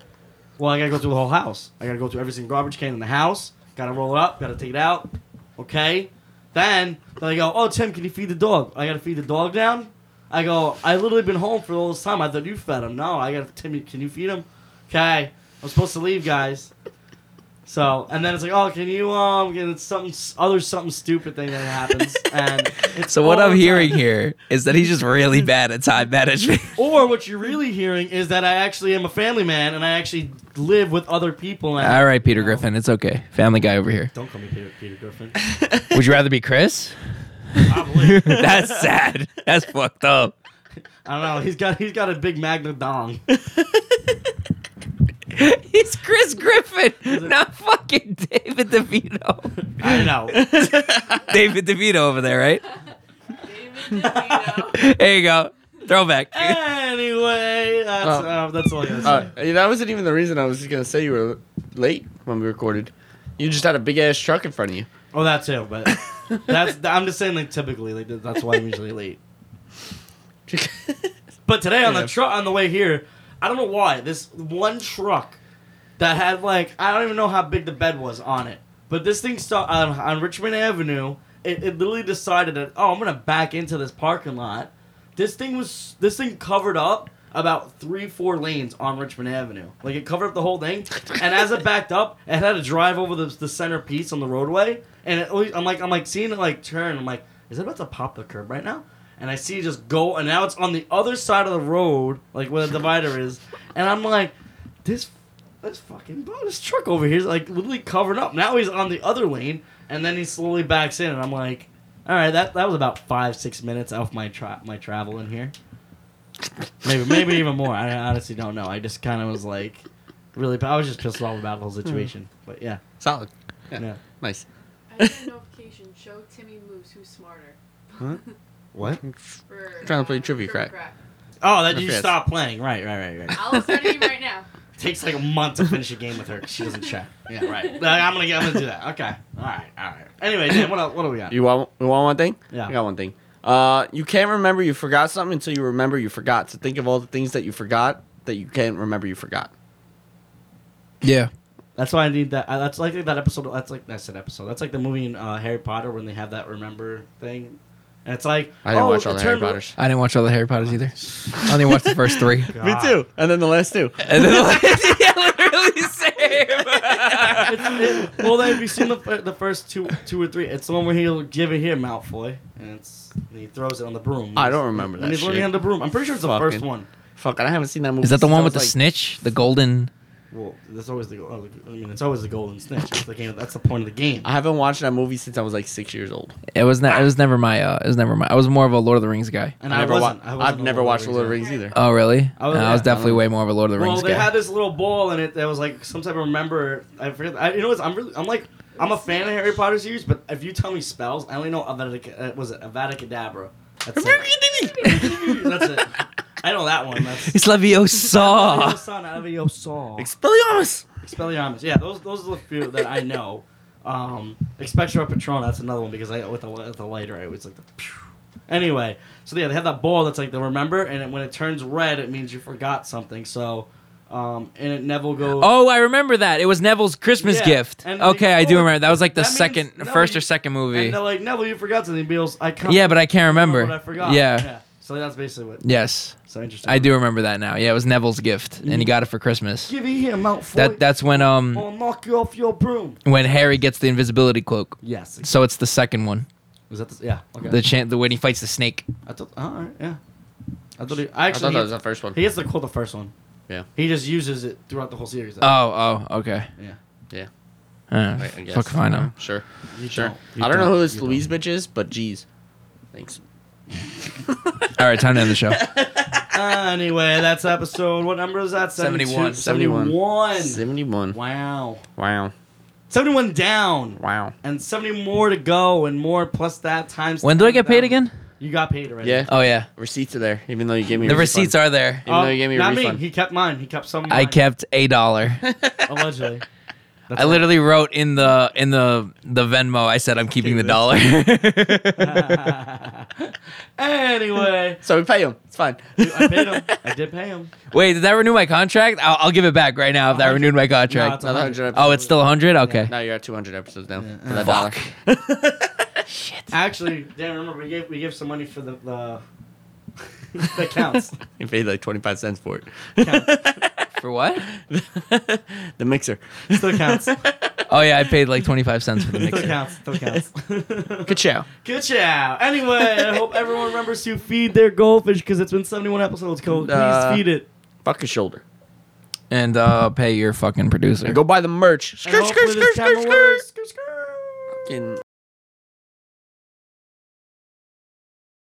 C: well, I gotta go through the whole house. I gotta go through every single garbage can in the house. Gotta roll it up. Gotta take it out. Okay. Then they go, "Oh, Tim, can you feed the dog?" I gotta feed the dog down. I go, "I literally been home for all this time. I thought you fed him. No, I gotta Tim. Can you feed him?" Okay. I'm supposed to leave, guys. So, and then it's like, "Oh, can you um?" And it's something other something stupid thing that happens. And it's
E: So what
C: all the
E: I'm hearing
C: time.
E: here is that he's just really bad at time management.
C: Or what you're really hearing is that I actually am a family man and I actually live with other people. And
E: All right, Peter Griffin, it's okay. Family guy over here.
C: Don't call me Peter, Peter Griffin.
E: Would you rather be Chris?
C: Probably.
E: That's sad. That's fucked up.
C: I don't know. He's got he's got a big magna dong.
E: He's Chris Griffin, not fucking David DeVito.
C: I know.
E: David DeVito over there, right?
F: David DeVito.
E: There you go. Throwback.
C: anyway, that's
B: Oh.
C: uh, that's all I gotta say.
B: Uh, that wasn't even the reason I was just gonna say you were late when we recorded. You just had a big ass truck in front of you.
C: Oh, that too. But that's I'm just saying like typically like that's why I'm usually late. But today on the
B: Yeah.
C: truck on the way here, I don't know why this one truck that had like I don't even know how big the bed was on it, but this thing saw on, on Richmond Avenue. It, it literally decided that oh I'm gonna back into this parking lot. This thing was this thing covered up about three four lanes on Richmond Avenue. Like it covered up the whole thing, and as it backed up, it had to drive over the the centerpiece on the roadway. And it always, I'm like I'm like seeing it like turn. I'm like is it about to pop the curb right now? and I see it just go, and now it's on the other side of the road, like where the divider is, and I'm like, this, this fucking bro, this truck over here is like literally covered up. Now he's on the other lane, and then he slowly backs in, and I'm like, all right, that that was about five six minutes off my tra- my travel in here, maybe maybe even more. I honestly don't know. I just kind of was like, really, I was just pissed off about the whole situation, but yeah,
B: Solid.
C: yeah.
B: Nice.
F: I need a notification. Show Timmy Moose who's smarter.
C: What?
F: For,
B: Trying to play
F: uh,
B: trivia crack.
C: Oh, that
B: Okay,
C: you
B: yes.
C: stop playing. Right, right, right, right.
F: I'll start it right now.
C: takes like a month to finish a game with her. 'cause She doesn't check. Yeah, right. Like, I'm gonna I'm gonna do that. Okay. All right. All right. Anyway, Dan, what else, what do we got?
B: You want you want one thing?
C: Yeah.
B: I got one thing. Uh, you can't remember you forgot something until you remember you forgot. So think of all the things that you forgot that you can't remember you forgot.
E: Yeah.
C: That's why I need that. I, that's like that episode. That's like that's an episode. That's like the movie in uh, Harry Potter when they have that remember thing, and it's like
B: I didn't
C: oh,
B: watch all
C: it
B: the Harry
C: turned-
B: Potters.
E: I didn't watch all the Harry Potters either. I only watched the first three.
B: Me
C: God.
B: too. Ah. And then the last two.
E: And then like, yeah, literally same.
C: It's- it- well, then if you've seen the, fir- the first two two or three, it's the one where he'll give it here, Malfoy, and it's and he throws it on the broom.
B: I don't remember
C: When
B: that
C: he's learning
B: shit.
C: on the broom, I'm pretty sure it's the first
B: Fucking-
C: one.
B: Fuck, I haven't seen that movie.
E: Is that the
B: since I
E: one with the
B: was, like,
E: snitch? The golden?
C: Well, that's always the. go- I mean, it's always the golden snitch. That's the game. That's the point of the game.
B: I haven't watched that movie since I was like six years old.
E: It was not. It was never my. Uh, it was never my. I was more of a Lord of the Rings guy.
C: And
B: I never
C: wasn't-
B: wa-
C: I wasn't
B: I've
C: the
B: never
C: Lord
B: watched
C: of
B: The Lord of the Rings either.
E: Oh really?
C: I was-
E: No, I was
C: yeah,
E: definitely way more of a Lord of the
C: Well,
E: Rings
C: they
E: guy.
C: had this little ball in it that was like some type of remember. I forget. I, you know, what, I'm really, I'm like, I'm a fan of Harry Potter series, but if you tell me spells, I only know Avada. Uh, was it Avada Kedavra? That's it. That's it. I know that one. That's.
E: it's Leviosa.
C: Son, Aviosaur.
B: Expelliarmus!
C: Expelliarmus. Yeah, those those are the few that I know. Um, Expectro Patron. That's another one because I with the with the lighter I was like the. Pew. Anyway, so yeah, they have that ball that's like the remember, and it, when it turns red, it means you forgot something. So, um, and it Neville goes.
E: oh, I remember that. It was Neville's Christmas
C: Yeah,
E: gift.
C: and
E: Okay,
C: they-
E: I do
C: oh,
E: remember. That was like the
C: that means-
E: second,
C: no,
E: first
C: you-
E: or second movie.
C: And they're like, Neville, you forgot something. Beale's, I can't.
E: Yeah, but I can't remember.
C: what I forgot.
E: Yeah.
C: So that's basically what.
E: Yes,
C: So interesting.
E: I do remember that now. Yeah, it was Neville's gift, and he got it for Christmas.
C: Mm-hmm. Give me here, Mount Floyd.
E: That that's when
C: I'll
E: um
C: knock you off your broom.
E: when Harry gets the invisibility cloak.
C: Yes.
E: So it's the second one.
C: Was that the, yeah? Okay.
E: The chant the when he fights the snake.
C: I thought. All right. Yeah. I thought. He, I
B: I
C: actually.
B: thought
C: he-
B: that was the first one.
C: He gets the quote the first one.
B: Yeah. Uh,
C: He just uses it throughout the whole series. though.
E: Oh, oh, okay.
C: Yeah.
B: Yeah.
E: Uh,
B: I- I guess.
E: fuck if I know.
B: Sure.
C: You
B: Sure.
C: don't. You
B: I don't know who this
C: You
B: Louise bitch is, but geez. Thanks.
E: All right, time to end the show.
C: don't. anyway, that's episode. What number is that?
E: 71.
C: 71. 71.
B: 71.
C: Wow.
B: Wow.
C: 71 down.
B: Wow.
C: And 70 more to go, and more plus that times.
E: When do I get paid
C: 10,000.
E: again?
C: You got paid already.
B: Yeah.
E: Oh yeah,
B: Receipts are there, even though you gave me
E: the receipts are there.
B: Even though you gave me a
C: Oh, not
B: refund.
C: me. He kept mine. He kept some. of
E: I
C: mine,
E: kept a dollar.
C: allegedly. That's
E: I
C: all.
E: literally wrote in the in the the Venmo. I said I'm keeping the
C: Keep it.
E: dollar.
C: anyway,
B: So we pay them. It's fine.
C: I paid him. I did pay him.
E: Wait, did that renew my contract? I'll, I'll give it back right now if that
C: 100.
E: renewed my
C: No,
E: contract.
C: it's 100.
B: episodes.
E: oh, it's still 100. Okay.
B: Now you're at 200 episodes now.
C: Yeah.
B: For that
E: Fuck.
B: dollar.
C: Actually, Dan, remember we gave we gave some money for the the, the counts.
B: You paid like 25 cents for it.
E: For what?
B: the mixer.
C: Still counts.
E: Oh yeah, I paid like 25 cents for the
C: Still
E: mixer.
C: counts. Still counts.
B: Good show.
C: Good chow. Anyway, I hope everyone remembers to feed their goldfish because it's been 71 episodes, Cole. Please
B: Uh,
C: feed it.
B: Fuck his shoulder.
E: And uh, pay your fucking producer.
B: And go buy the merch.
C: And
B: Skirt, skirt,
C: hopefully this
B: skirt, skirt,
C: camera
B: skirt.
C: works. Skirt, skirt.
B: Fucking-